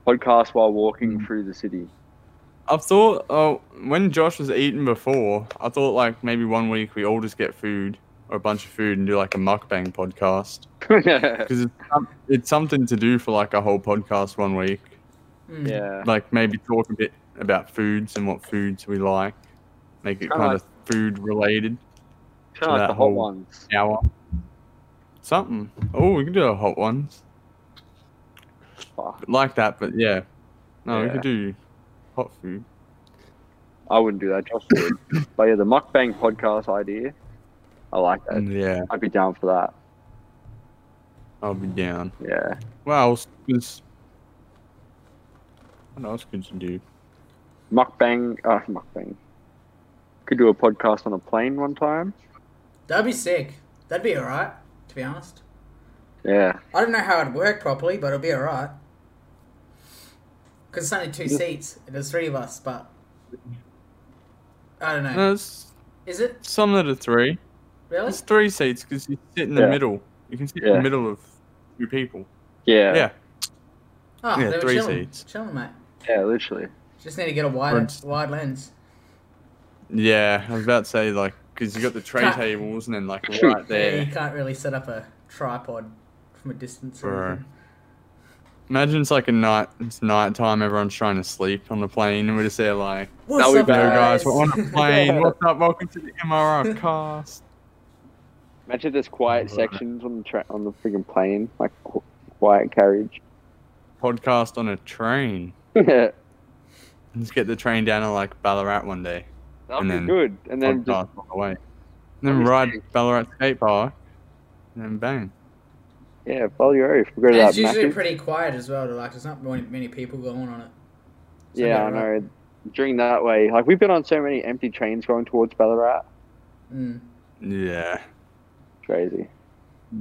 Podcast while walking
Mm.
through the city. <laughs>
I thought, oh, when Josh was eating before, I thought like maybe one week we all just get food or a bunch of food and do like a mukbang podcast
yeah.
because it's, some- it's something to do for like a whole podcast one week.
Mm.
Like maybe talk a bit about foods and what foods we like, make it
Kinda
kind
like-
of food related.
Kind of like
that
the hot
whole-
ones.
Hour, something. Oh, we can do a hot ones
Fuck,
like that, but yeah, no, we
Yeah.
could do hot food.
I wouldn't do that, Josh
<laughs>
would. but yeah, the mukbang podcast idea. I like that.
Yeah,
I'd be down for that.
I'll be down.
Yeah.
What else? Is, what else could you do?
Mukbang uh mukbang. Could do a podcast on a plane one time.
that'd be sick. That'd be alright. To be honest,
Yeah.
I don't know how it'd work properly, but it'll be alright. Because it's only two seats, and there's three of us, but. I don't know.
No, it's
Is it?
some of the three.
Really?
It's three seats because you sit in the
Yeah.
middle. You can sit in
Yeah.
the middle of two people.
Yeah.
Yeah,
Oh,
yeah,
they were
three
chilling.
seats.
Chilling, mate.
Yeah, literally.
Just need to get a
Or
wide,
it's-
wide lens.
yeah. I was about to say like because you got the tray
Cut.
tables and then like
Shoot.
right
Yeah, you
there.
can't really set up a tripod from a distance. or
Bro.
anything.
Imagine it's like a night. It's nighttime. Everyone's trying to sleep on the plane, and we're just there like,
What's
we
up,
go,
"Yo guys, we're
<laughs>
on a plane.
Yeah.
What's up? Welcome to the MRR cast."
Imagine there's quiet
Right.
sections on the tra- on the freaking plane, like qu- quiet carriage. <laughs>
Podcast on a train.
That'd
Let's get the train down to like Ballarat one day.
be
And then
good. And then just,
podcast on the way. And then
Obviously-
ride Ballarat skate park, and then bang.
yeah, follow your oath. We go to
And
that
it's usually
Macca's.
pretty quiet as well. Like, there's not many, many people going on it. So
yeah, I
yeah,
know. During that way, like we've been on so many empty trains going towards Ballarat.
Mm.
Yeah,
Crazy.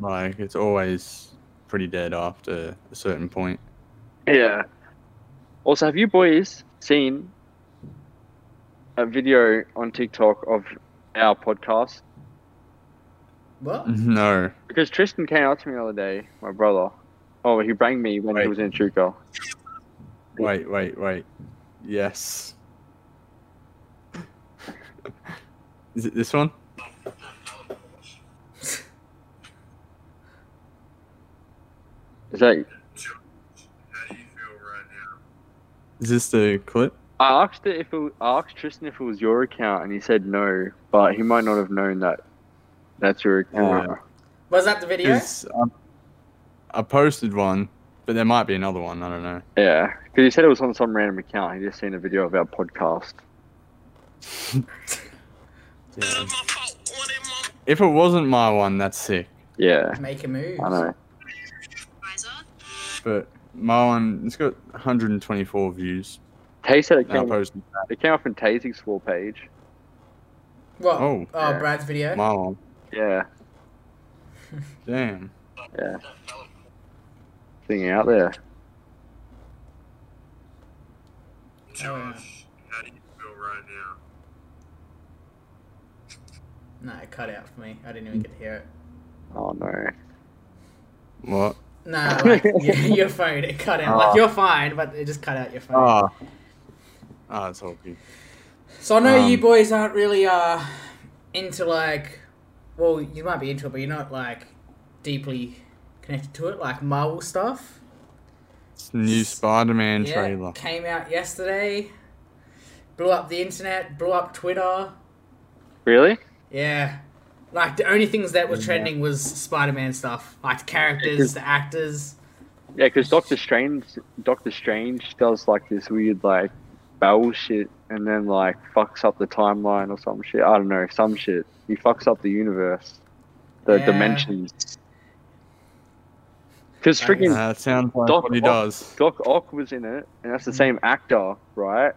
like it's always pretty dead after a certain point.
Yeah. Also, have you boys seen a video on TikTok of our podcast?
What?
<laughs> Mm-hmm. No,
Because Tristan came up to me the other day, my brother. Oh, he rang me when
Wait.
he was in Chuka.
wait, wait, wait. Yes. <laughs> Is it this one?
Is that?
Is this the clip?
I asked it if it, I asked Tristan if it was your account, and he said no, but he might not have known that that's
Uh,
your account.
Yeah.
Was that the video?
'Cause, um, I posted one, but there might be another one. I don't know.
Yeah, because he said it was on some random account. He just seen a video of our podcast.
Yeah. If it wasn't my one, that's sick.
Yeah,
Make a move.
I know.
But my one, it's got 124 views.
Tay said it
I
came,
posted that.
it came up in Tay's explore page.
What?
Oh.
oh,
Yeah.
Brad's video.
My one.
Yeah,
Damn.
thing out there.
Oh, yeah.
how do you feel right now?
No, it cut out for me. I didn't even get to hear it.
Oh no.
What?
No,
<laughs>
like, your, your phone, it cut out.
Ah.
Like,
Oh.
you're fine, but it just cut out your phone.
Ah. Ah, it's all good.
So I know you
Um,
boys aren't really uh into like, well, you might be into it, but you're not like deeply connected to it, like Marvel stuff.
It's the new Spider Man
yeah,
trailer.
came out yesterday. blew up the internet, blew up Twitter.
Really?
Yeah. Like the only things that were trending was Spider-Man stuff, like the characters, the actors.
Yeah, because Doctor Strange, Doctor Strange does like this weird like bowel shit, and then like fucks up the timeline or some shit. I don't know, some shit. He fucks up the universe, the
Yeah.
dimensions. Because freaking
Nah, it sounds like
Doc
what he
Ock-
does.
Doc Ock was in it, and that's the same actor, right?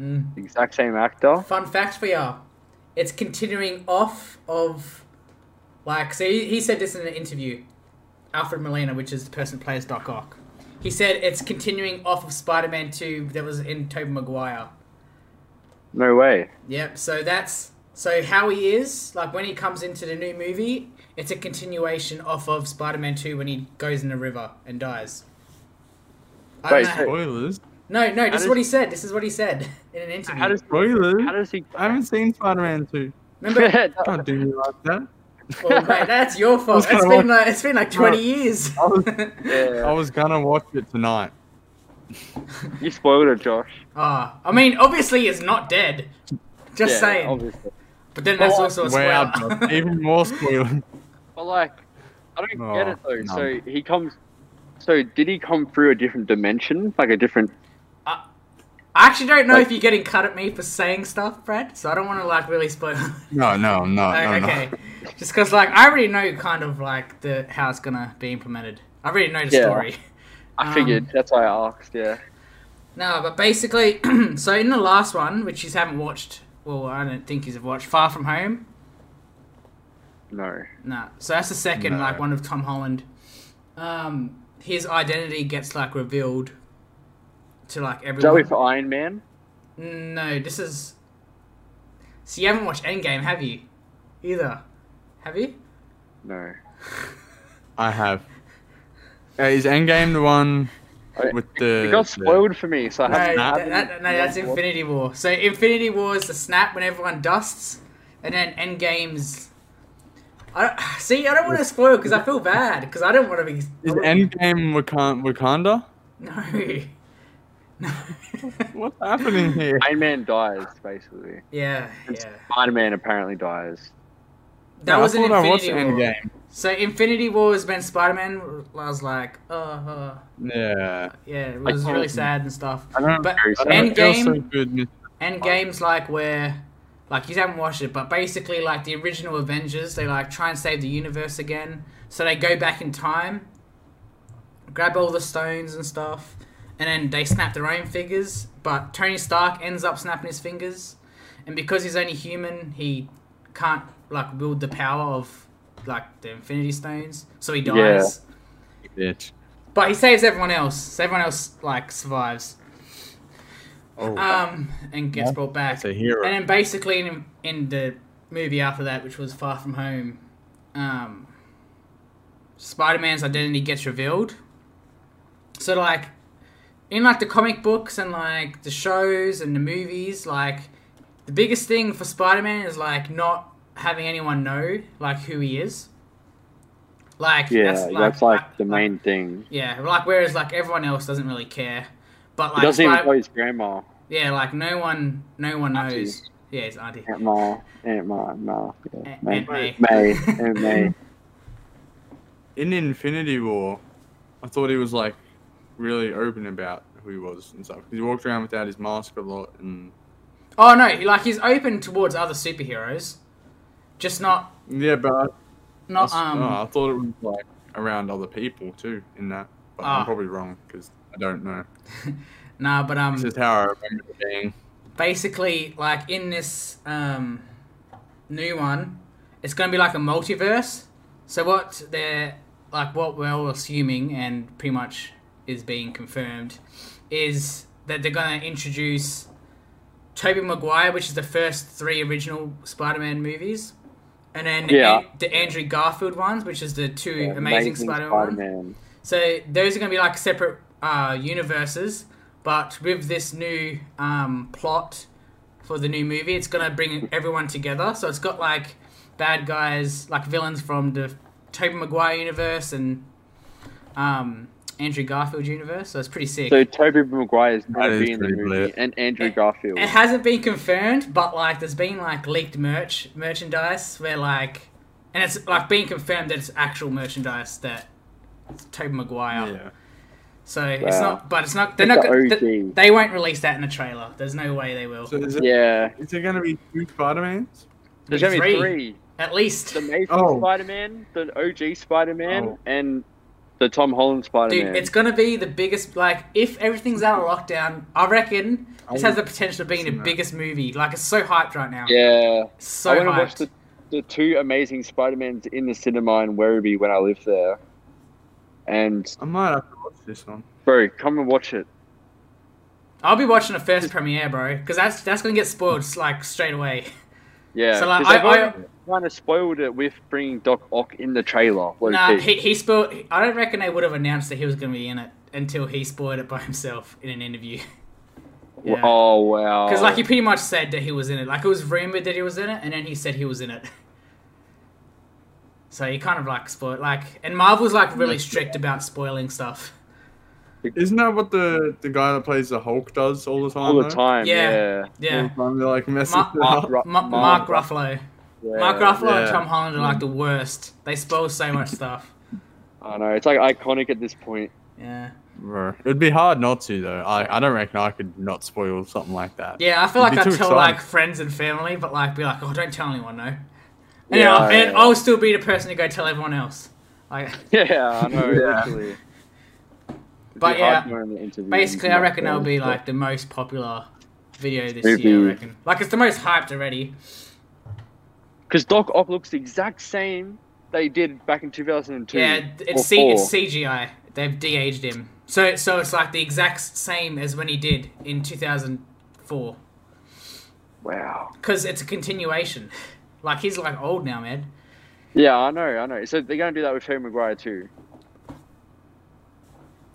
Mm.
The exact same actor.
Fun fact for you: it's continuing off of, like, so he, he said this in an interview. Alfred Molina, which is the person who plays Doc Ock, he said it's continuing off of Spider-Man Two that was in Tobey Maguire.
No way.
Yep. So that's so how he is like when he comes into the new movie. It's a continuation off of Spider-Man Two when he goes in the river and dies. I don't
Wait,
know-
so-
Spoilers.
no, no. This is
does-
what he said. This is what he said <laughs> in an interview.
How does
Spoilers.
how does he?
I haven't seen Spider-Man 2.
<laughs>
Remember?
Can't do me like that.
well, mate, that's your fault.
I
It's
was gonna
been like it's been like twenty
No.
years.
I was, I
yeah,
was gonna watch it tonight.
you spoiled it, Josh.
<laughs> Ah, I mean, obviously, he's not dead. Just
yeah,
saying.
Obviously.
But then that's
Oh,
also a
Wow,
spoiler.
Josh, even more spoilers.
But like, I don't get
Oh,
it though.
no.
So he comes. So did he come through a different dimension, like a different?
<laughs> I actually don't know
Like-
if you're getting cut at me for saying stuff, Brad. So I don't want to like really spoil. <laughs>
No, no, no, no,
Like,
no.
okay, just because like I already know kind of like the how it's gonna be implemented. I already know the
Yeah.
story. <laughs>
I
Um,
figured. That's why I asked. Yeah.
No, but basically, <clears throat> so in the last one, which you haven't watched, well, I don't think you've watched Far From Home.
No.
No, so that's the second
No.
like one of Tom Holland. Um, his identity gets like revealed to like
Is that
everyone.
with Iron Man?
No, this is. So you haven't watched Endgame, have you? Either, have you?
No.
I have. Uh, is Endgame the one
I-
with the?
It got
the-
spoiled for me, so I
No,
haven't. I
that,
haven't-
that- no, that's Infinity War. So Infinity War is the snap when everyone dusts, and then Endgame's. I don't, <sighs> see. I don't want to spoil because I feel bad because I don't want to be.
Is Endgame Wakan- Wakanda?
<laughs> No. <laughs> No. <laughs>
What's happening here?
Iron Man dies basically.
yeah, yeah.
Iron Man apparently dies.
That was an
I thought I watched
Infinity War.
Endgame.
So Infinity War is when Spider-Man was like, uh, uh
Yeah.
yeah, it
Like,
was
oh.
really sad and stuff.
I don't.
But
Very
I don't feel
Endgame-
so good. Mr.
And games like where, like you haven't watched it, but basically like the original Avengers, they like try and save the universe again. So they go back in time, grab all the stones and stuff, and then they snap their own fingers. But Tony Stark ends up snapping his fingers, and because he's only human, he can't like wield the power of like the Infinity Stones, so he dies.
Yeah.
Bitch.
But he saves everyone else. So everyone else like survives.
Oh.
Um, and gets brought back.
That's a hero.
And then basically in, in the movie after that, which was Far From Home, um, Spider-Man's identity gets revealed. So like, in like the comic books and like the shows and the movies, like the biggest thing for Spider-Man is like not having anyone know like who he is. Like
Yeah,
that's like,
like the main thing.
yeah, like whereas like everyone else doesn't really care, but
He
like
doesn't
Spy-
even know his grandma.
yeah, like no one, no one knows.
Auntie.
Yeah, it's auntie.
Aunt Ma. Aunt Ma. Ma. Yeah,
Aunt-
May.
Aunt <laughs> May.
May. Aunt May.
in Infinity War, I thought he was like really open about who he was and stuff. 'Cause He walked around without his mask a lot, and
Oh no, like he's open towards other superheroes, just not
yeah, but I- I,
not
s-
um.
oh, I thought it was like around other people too in that. But
Ah.
I'm probably wrong because I don't know.
Nah, but um,
This is how I remember it being.
basically like in this um new one, it's gonna be like a multiverse. So what they're like, what we're all assuming and pretty much is being confirmed, is that they're gonna introduce Tobey Maguire, which is the first three original Spider-Man movies, and then the,
Yeah.
An- the Andrew Garfield ones, which is the two
Yeah,
Amazing, Spider-Man. ones.
Spider-Man.
So those are going to be like separate uh, universes, but with this new um, plot for the new movie, it's going to bring everyone together. So it's got like bad guys, like villains from the Tobey Maguire universe and um, Andrew Garfield universe, so it's pretty sick.
So Toby Maguire is going
That
to
is
be in the
pretty
movie,
lit.
and Andrew
It-
Garfield.
It hasn't been confirmed, but like there's been like leaked merch merchandise where like and it's like being confirmed that it's actual merchandise that it's Tobey Maguire.
Yeah.
So it's
Wow.
not but it's not they're
It's
not
the
go-
OG.
th- they won't release that in a trailer. There's no way they will.
So is it,
yeah,
Is there going to be two Spider-Mans?
there's going to be
Three.
three:
At least
the Amazing
Oh.
Spider-Man, the OG Spider-Man,
Oh.
and the Tom Holland Spider-Man.
Dude, it's gonna be the biggest. Like, if everything's out of lockdown, I reckon
I
this has the potential of being the
Seen that.
biggest movie. Like, it's so hyped right now.
yeah,
so
I want to
hyped.
watch the, the two Amazing Spider-Mans in the cinema in Werribee when I live there. And
I might have to watch this one.
bro, come and watch it.
I'll be watching the first premiere, bro, because that's that's gonna get spoiled like straight
<laughs>
away. <laughs>
Yeah,
So, like,
'cause
I-
they've
I-
already kind of spoiled it with bringing Doc Ock in the trailer. low
nah,
key.
he he spoiled. I don't reckon they would have announced that he was gonna be in it until he spoiled it by himself in an interview. <laughs>
W-
yeah.
Oh wow!
Because like he pretty much said that he was in it. Like it was rumored that he was in it, and then he said he was in it. <laughs> So he kind of like spoiled like, and Marvel's like really strict about spoiling stuff.
Isn't that what the, the guy that plays the Hulk does all the time?
all the
though?
time.
Yeah.
Yeah,
All
Yeah,
the time they're like messing
Ma-
it up.
Ru-
Ma- Mark
Mark-
Ruffalo.
yeah.
Mark Ruffalo and
Yeah. Mm.
Tom Holland are like the worst. They spoil so
<laughs>
much stuff.
I know it's like iconic at this point. <laughs>
Yeah.
Bro, It'd be hard not to though. I, I don't reckon I could not spoil something like that.
Yeah, I feel
It'd
like
be
I'd tell
too
like
exciting.
friends and family, but like be like, oh, don't tell anyone, no. And,
Yeah,
I'll, and
yeah.
I'll still be the person to go tell everyone else. Like,
Yeah, I know.
Yeah.
Literally. It'd
But
be
yeah,
hard knowing the interview
basically,
and
I reckon
stuff,
that'll be
but-
like the most popular video this
Maybe.
year. I reckon. Like, it's the most hyped already.
Because Doc Ock looks the exact same they did back in 2002.
Yeah,
or
it's C- it's
four.
CGI. They've de-aged him, so so it's like the exact same as when he did in two thousand four.
Wow.
Because it's a continuation. Like he's like old now, man.
Yeah, I know, I know. So they're going to do that with Harry Maguire too.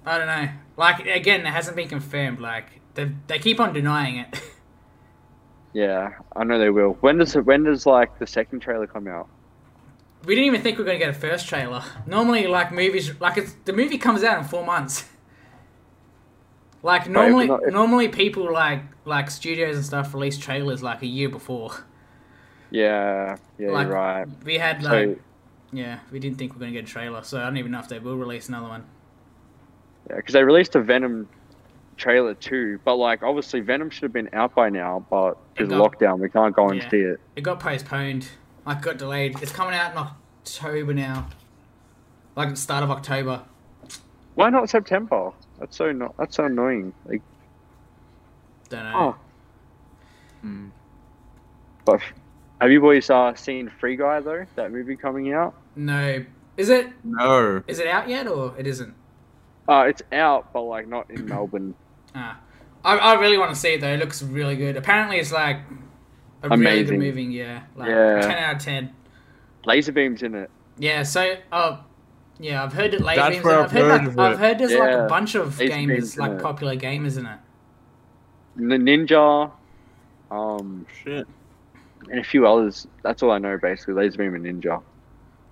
I don't know. Like again, it hasn't been confirmed. Like they they keep on denying it. <laughs>
Yeah, I know they will. When does when does like the second trailer come out?
we didn't even think we were gonna get a first trailer. Normally, like movies, like it's the movie comes out in four months. <laughs> Like
if
normally,
not- if-
normally people like like studios and stuff release trailers like a year before.
Yeah, yeah,
Like,
you're right.
We had
So
like yeah, we didn't think we were gonna get a trailer, so I don't even know if they will release another one.
because they released a Venom trailer too, but like obviously Venom should have been out by now, but because of
got-
lockdown we can't go and
Yeah.
see it.
It got postponed. Like got delayed. It's coming out in October now. Like at the start of October.
Why not September? That's so not that's so annoying. Like
Don't know.
oh,
Mm.
but have you boys uh, seen Free Guy though? That movie coming out?
No. Is it
No.
is it out yet or it isn't?
Uh, it's out, but like not in Melbourne.
Ah. I, I really want to see it though. It looks really good. Apparently it's like a really good
Amazing.
movie, yeah. Like
Yeah.
ten out of ten.
Laser beams in it.
Yeah, so uh yeah, I've heard that Laser
That's
Beams-
where
I've
I've
heard,
heard
like,
of
I've
it.
heard there's like
Yeah.
a bunch of
Laser Beams
gamers
in
like
it.
popular gamers in it.
The Ninja, um,
Shit.
and a few others. That's all I know basically. Laser beam and Ninja.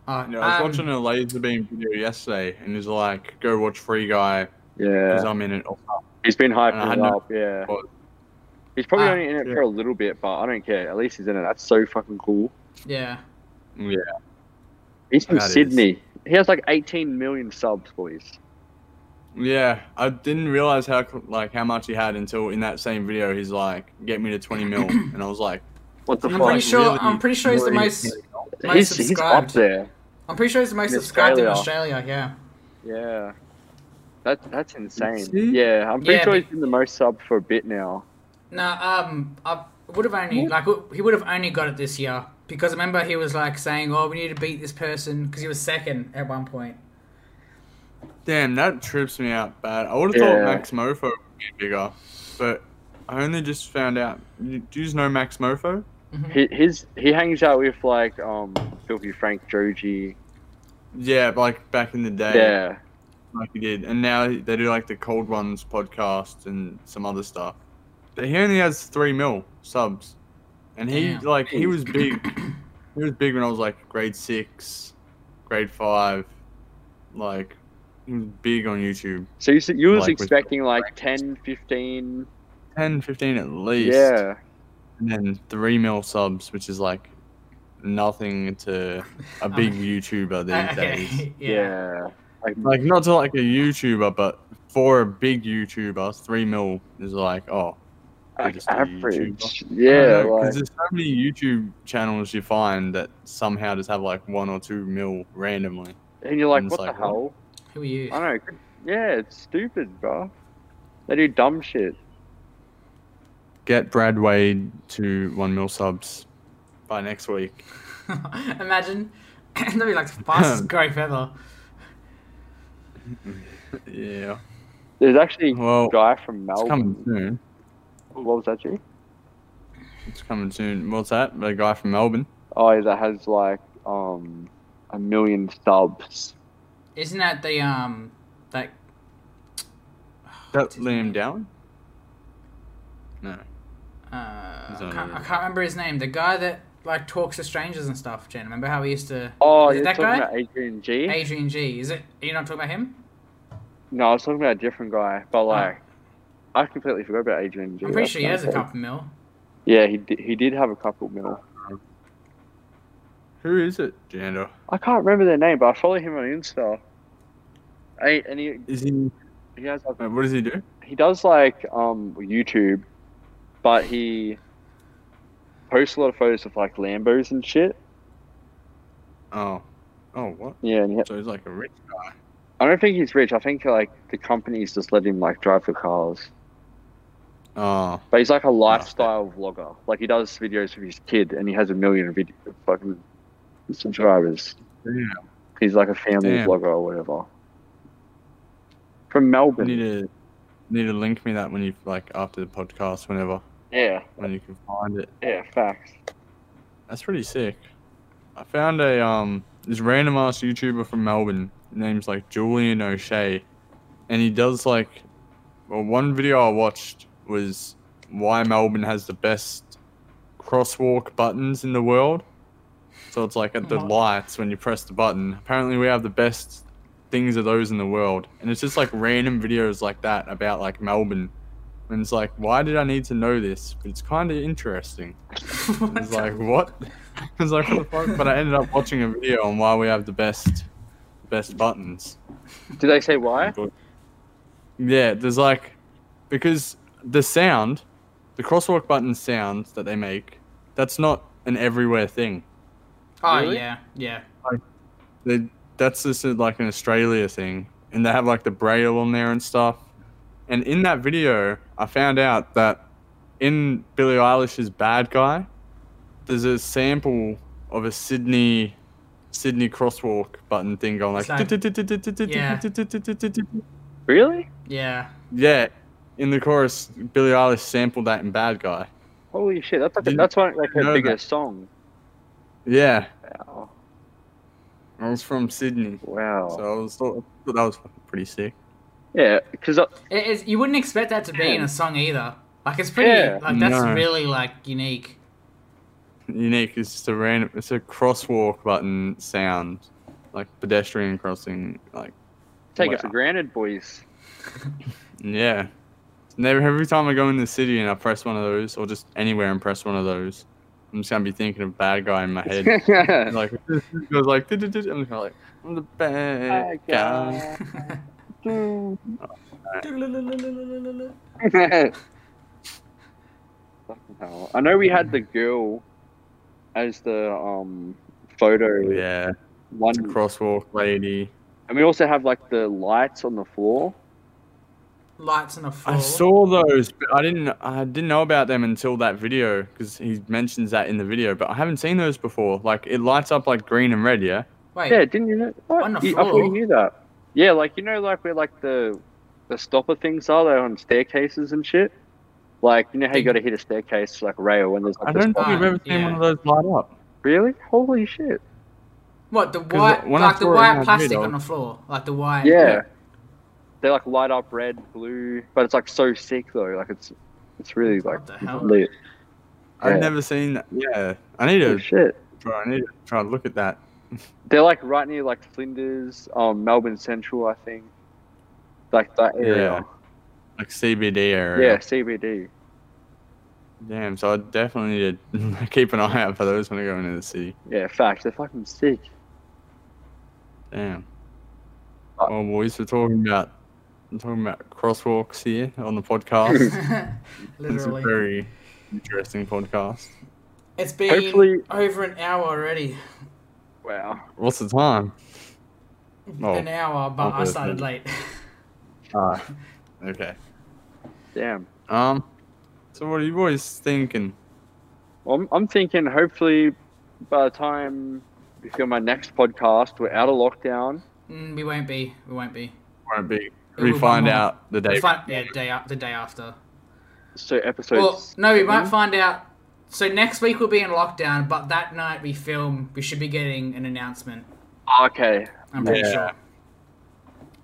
Oh,
Yeah, I was
um,
watching a laser beam video yesterday, and he's like, "Go watch Free Guy because
Yeah,
I'm in it." or something.
he's been
and I
hyping
had
it
no-
up. Yeah,
What?
he's probably
Ah,
only in it
yeah.
for a little bit, but I don't care. At least he's in it. That's so fucking cool.
Yeah.
Yeah.
He's from
That is-
Sydney. He has like 18 million subs, boys.
Yeah. I didn't realize how co- like how much he had until in that same video, he's like, "Get me to 20 mil," and I was like,
What the
I'm
fuck?
pretty sure-
really?
I'm pretty sure he's the
Really?
most- most
he's, he's up
subscribed.
there.
I'm pretty sure it's the most
In
subscribed in Australia, yeah.
Yeah. That, that's insane.
See?
Yeah, I'm pretty
Yeah,
sure
but-
he's been the most sub for a bit now.
No, um, I would have only like he would have only got it this year because I remember he was like saying, "Oh, we need to beat this person" because he was second at one point.
Damn, that trips me out bad. I would have thought
Yeah.
Max Mofo would be bigger, but I only just found out. You- Do you know Max Mofo?
He, his he hangs out with like um Filthy Frank Joji.
Yeah, like back in the day,
Yeah,
like he did, and now they do like the Cold Ones podcast and some other stuff. But he only has three mil subs, and he
Damn.
like he was big. he was big when I was like grade six, grade five, like big on YouTube.
So you s- you was
Like with-
expecting like 10, 15.
10, 15 at least.
Yeah.
And then three mil subs, which is like nothing to a big
<laughs>
YouTuber
Uh,
these days.
Yeah. Like,
Like not to like a YouTuber, but for a big YouTuber, three mil is like oh.
like
just a
average.
I
Yeah.
don't know, 'cause
Like,
there's so many YouTube channels you find that somehow just have like one or two mil randomly.
and you're like,
it's
what
like,
the
what?
hell?
Who are you?
I don't know. Yeah, it's stupid, bro. They do dumb shit.
Get Brad Wade to one mil subs by next week.
<laughs> Imagine. That'd be like the
<laughs>
fastest growth ever.
Yeah.
There's actually a
Well,
guy from
it's coming
Melbourne.
soon.
What was that, G?
It's coming soon. What's that? The guy from Melbourne.
Oh, yeah, that has like um a million subs.
Isn't that the um that
That
What's his name?
Liam Down? No.
uh I
He's on
can't, I
there.
can't remember his name. The guy that like talks to strangers and stuff, Jen. Remember how he used to
Oh,
Is it
you're
that
talking
guy?
about Adrian G?
Adrian G. Is it are you not talking about him?
No, I was talking about a different guy, but like, I completely forgot about Adrian G.
Oh. I'm pretty
That's
sure he has a
okay.
couple <laughs> mil.
Yeah, he did, he did have a couple mil.
Who is it? Jando.
I can't remember their name, but I follow him on Insta. I, and he,
Is he?
he has like,
Wait, what does he do?
he does like um YouTube, but he posts a lot of photos of like Lambos and shit.
Oh. Oh what?
Yeah, and he,
So he's like a rich guy.
I don't think he's rich. I think like the companies just let him like drive the cars.
Oh.
But he's like a lifestyle vlogger. Like he does videos with his kid, and he has a million video fucking subscribers.
Damn.
He's like a family
Damn.
vlogger or whatever. From
You
Melbourne.
need to need to link me that when you like after the podcast, whenever
Yeah,
when you can find it.
yeah, facts.
That's pretty sick. I found a um this random ass YouTuber from Melbourne. His name's like Julian O'Shea, and he does like well one video I watched was why Melbourne has the best crosswalk buttons in the world. So it's like at the
What?
lights when you press the button. Apparently we have the best things of those in the world, and it's just like random videos like that about like Melbourne. And it's like, why did I need to know this? But it's kind of interesting. I was like, what? <laughs> I was like, what the fuck? But I ended up watching a video on why we have the best, best buttons.
Did they say why?
Yeah, there's like, because the sound, the crosswalk button sound that they make, that's not an everywhere thing.
oh
Really?
yeah, yeah.
They, that's just a, like an Australia thing, and they have like the braille on there and stuff. And in that video, I found out that in Billie Eilish's "Bad Guy," there's a sample of a Sydney Sydney crosswalk button thing going like
It's like- yeah.
Really?
Yeah.
yeah. In the chorus, Billie Eilish sampled that in "Bad Guy."
Holy shit! That's like a,
Didn't
that's one like
know
her
that.
biggest song.
Yeah,
Wow.
I was from Sydney,
Wow.
so I was thought thought that was fucking pretty sick.
yeah, because
It is, you wouldn't expect that to be in a song either. Like it's pretty
Yeah.
like that's
No.
really like
<laughs>
unique. <laughs>
unique. It's just a random. It's a crosswalk button sound, like pedestrian crossing. Like
take
Wow.
it for granted, boys.
yeah. Never. Every time I go in the city and I press one of those, or just anywhere and press one of those, I'm just gonna be thinking of bad guy
<laughs>
in my head.
Bad
like <laughs> it goes like. "Du-du-du-du," I'm just kinda like. I'm the bad guy.
guy.
yeah,
Fucking hell. I know we had the girl as the um photo
Yeah,
one,
it's a crosswalk lady.
and we also have like the lights on the floor.
lights on the floor.
I saw those, but I didn't. I didn't know about them until that video because he mentions that in the video. But I haven't seen those before. Like it lights up like green and red. Yeah.
Wait,
Yeah, didn't you know? What?
On the
You- I thought
floor?
you knew that. Yeah, like you know, like where like the the stopper things are, they're on staircases and shit. Like you know how you got to hit a staircase like rail when there's
I
like a
don't
stop-
think we've ever seen
yeah.
one of those light up.
really holy shit.
what the
'Cause
white
when I
like the
saw it in
white
that
plastic
video-
on the floor, like the white.
Yeah.
Yeah.
They like light up red, blue, but it's like so sick though. Like it's it's really like
What the hell?
lit. Yeah.
I've never seen that. Yeah, I need
Oh,
to
shit.
try. I need to try to look at that.
They're like right near like Flinders, um, Melbourne Central, I think. like that area.
like CBD
Yeah,
area.
CBD.
Damn. So I definitely need to <laughs> keep an eye out for those when I go into the city.
Yeah, facts. They're fucking sick.
Damn.
Uh,
Well, boys, we're talking about we're talking about crosswalks here on
<laughs>
the podcast. it's a
<laughs> Literally.
very interesting podcast.
It's been
Hopefully-
over an hour already.
Wow.
What's the time? Oh,
an hour, but I
okay,
started
then.
late. <laughs>
Ah, okay.
Damn.
Um. So what are you boys thinking?
Well, I'm, I'm thinking hopefully by the time we film my next podcast, we're out of lockdown.
Mm, we won't be. We won't be.
Won't be.
will
We
be
find
more.
out the day.
We'll find, yeah, day up the day after.
So episode.
Well, no, we might
seven?
find out. So next week we'll be in lockdown, but that night we film. We should be getting an announcement.
Okay.
I'm pretty
Yeah.
sure.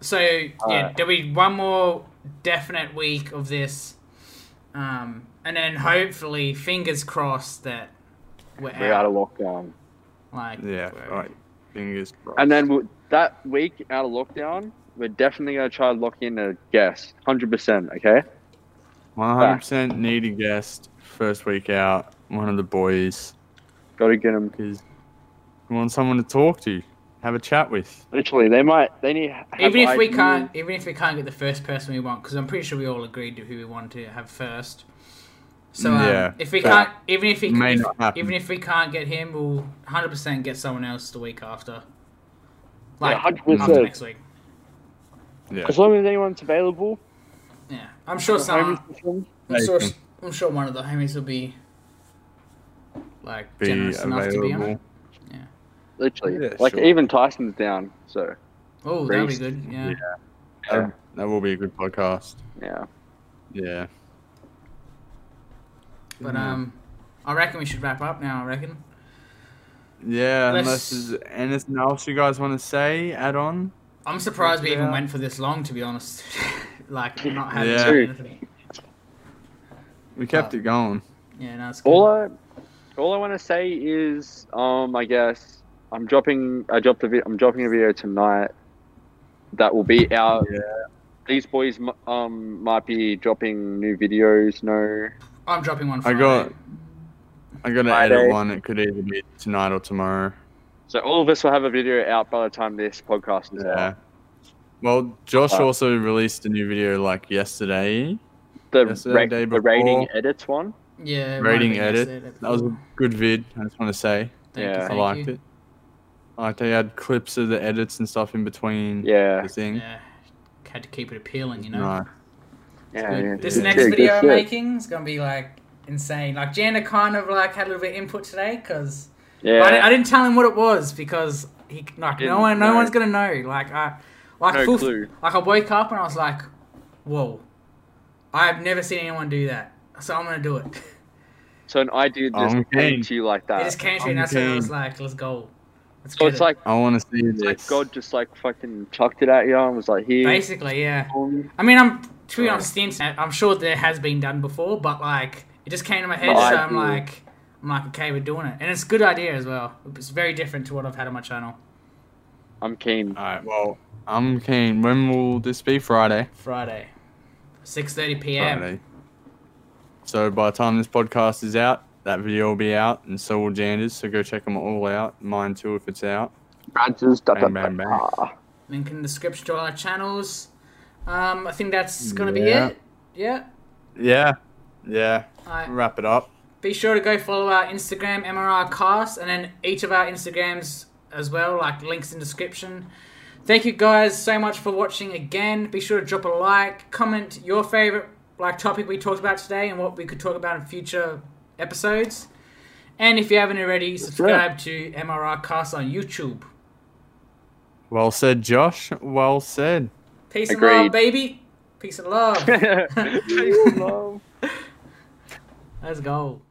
So yeah,
Alright.
there'll be one more definite week of this, um, and then hopefully, fingers crossed that we're,
We're
out.
out of lockdown.
Like
Yeah.
we're-
All right. Fingers crossed.
And then we'll, that week out of lockdown, we're definitely going to try to lock in a guest. 100%. Okay.
One hundred percent need a guest first week out. One of the boys
Got to get them.
because you want someone to talk to, have a chat with.
Literally, they might. They need. to have
even if we
ideas.
can't, even if we can't get the first person we want, because I'm pretty sure we all agreed to who we wanted to have first. So um,
Yeah,
if we
but
can't, even if we
may
if-
not happen.
even if we can't get him, we'll 100 percent get someone else the week after.
Yeah,
Like
100%.
after next week.
Yeah.
As long as anyone's available.
Yeah, I'm sure
the
someone.
homies with them.
I'm sure,
Nathan.
I'm sure one of the homies will be like
Be
generous enough to be on it.
available.
Literally.
Yeah,
like,
sure.
even Tyson's down. So,
Oh, that'll be
Raised.
good. Yeah.
Yeah.
Yeah.
That, that will be a good podcast.
yeah.
Yeah.
But
Yeah.
um, I reckon we should wrap up now. I reckon.
Yeah.
Let's-
Unless there's anything else you guys want to say, add on.
I'm surprised we
Yeah.
even went for this long, to be honest. <laughs> like not having
Yeah.
True.
anything.
We kept
Uh,
it going.
Yeah, no, it's good.
All I, all I want to say is, um, I guess I'm dropping. I dropped a vi- I'm dropping a video tonight. That will be out.
Yeah.
These boys, m- um, might be dropping new videos. No,
I'm dropping one.
I
Friday.
got. I got to
Friday.
edit one. It could either be tonight or tomorrow.
so all of us will have a video out by the time this podcast is
Yeah.
out.
Well, Josh
Uh,
Wow.
also released a new video like yesterday.
The,
Yesterday,
ra-
day
the rating
before.
edits one.
yeah it might
rating
have been
edit.
yesterday,
That was a
before.
good vid. I just want to say
Thank
Yeah.
you,
I
I
thank
liked
you.
it. I liked they had clips of the edits and stuff in between
Yeah.
the thing.
Yeah, had to keep it appealing, you know.
Nice.
Yeah. yeah.
This
Yeah.
next
Yeah, good
video I'm
shit.
making is gonna be like insane. Like Jana kind of like had a little bit of input today because
Yeah.
I, didn't, I didn't tell him what it was because he like no
Didn't
one no
know.
one's gonna know. Like I like
No
full-
clue.
like I woke up and I was like, whoa, I've never seen anyone do that, so I'm gonna do it. <laughs>
So an idea just
I'm
came
keen.
to you like
it
that.
just came to me and
I'm
that's when I was
game.
like, let's go. Let's
Uh, so
get
it's
it.
like,
I want to see
it's like
this.
God just like fucking chucked it at you and was like, here.
basically yeah.
um,
I mean, I'm to be
Right.
honest, the internet. I'm sure there has been done before, but like it just came to my head,
Well,
so
I
I'm
do.
like, I'm like, okay, we're doing it, and it's a good idea as well. It's very different to what I've had on my channel.
I'm keen.
All right. Well, I'm keen. When will this be? Friday.
Friday, 6:30 p.m.
Friday. So by the time this podcast is out, that video will be out, and so will Jander's. So go check them all out. Mine too, if it's out.
Brad's da- da-
Bang,
da-
bang, bang.
ah.
Link in the description to all our channels. Um, I think that's gonna
Yeah.
be it. Yeah.
Yeah. Yeah.
Alright.
Wrap it up.
Be sure to go follow our Instagram MRR cast, and then each of our Instagrams as well, like links in description. Thank you guys so much for watching again. Be sure to drop a like, comment your favorite like topic we talked about today and what we could talk about in future episodes. And if you haven't already, subscribe to MRR Cast on YouTube.
Well said, Josh. Well said.
Peace and love, <laughs>
Agreed. <laughs>
baby. Peace and love.
Peace and love.
Let's go.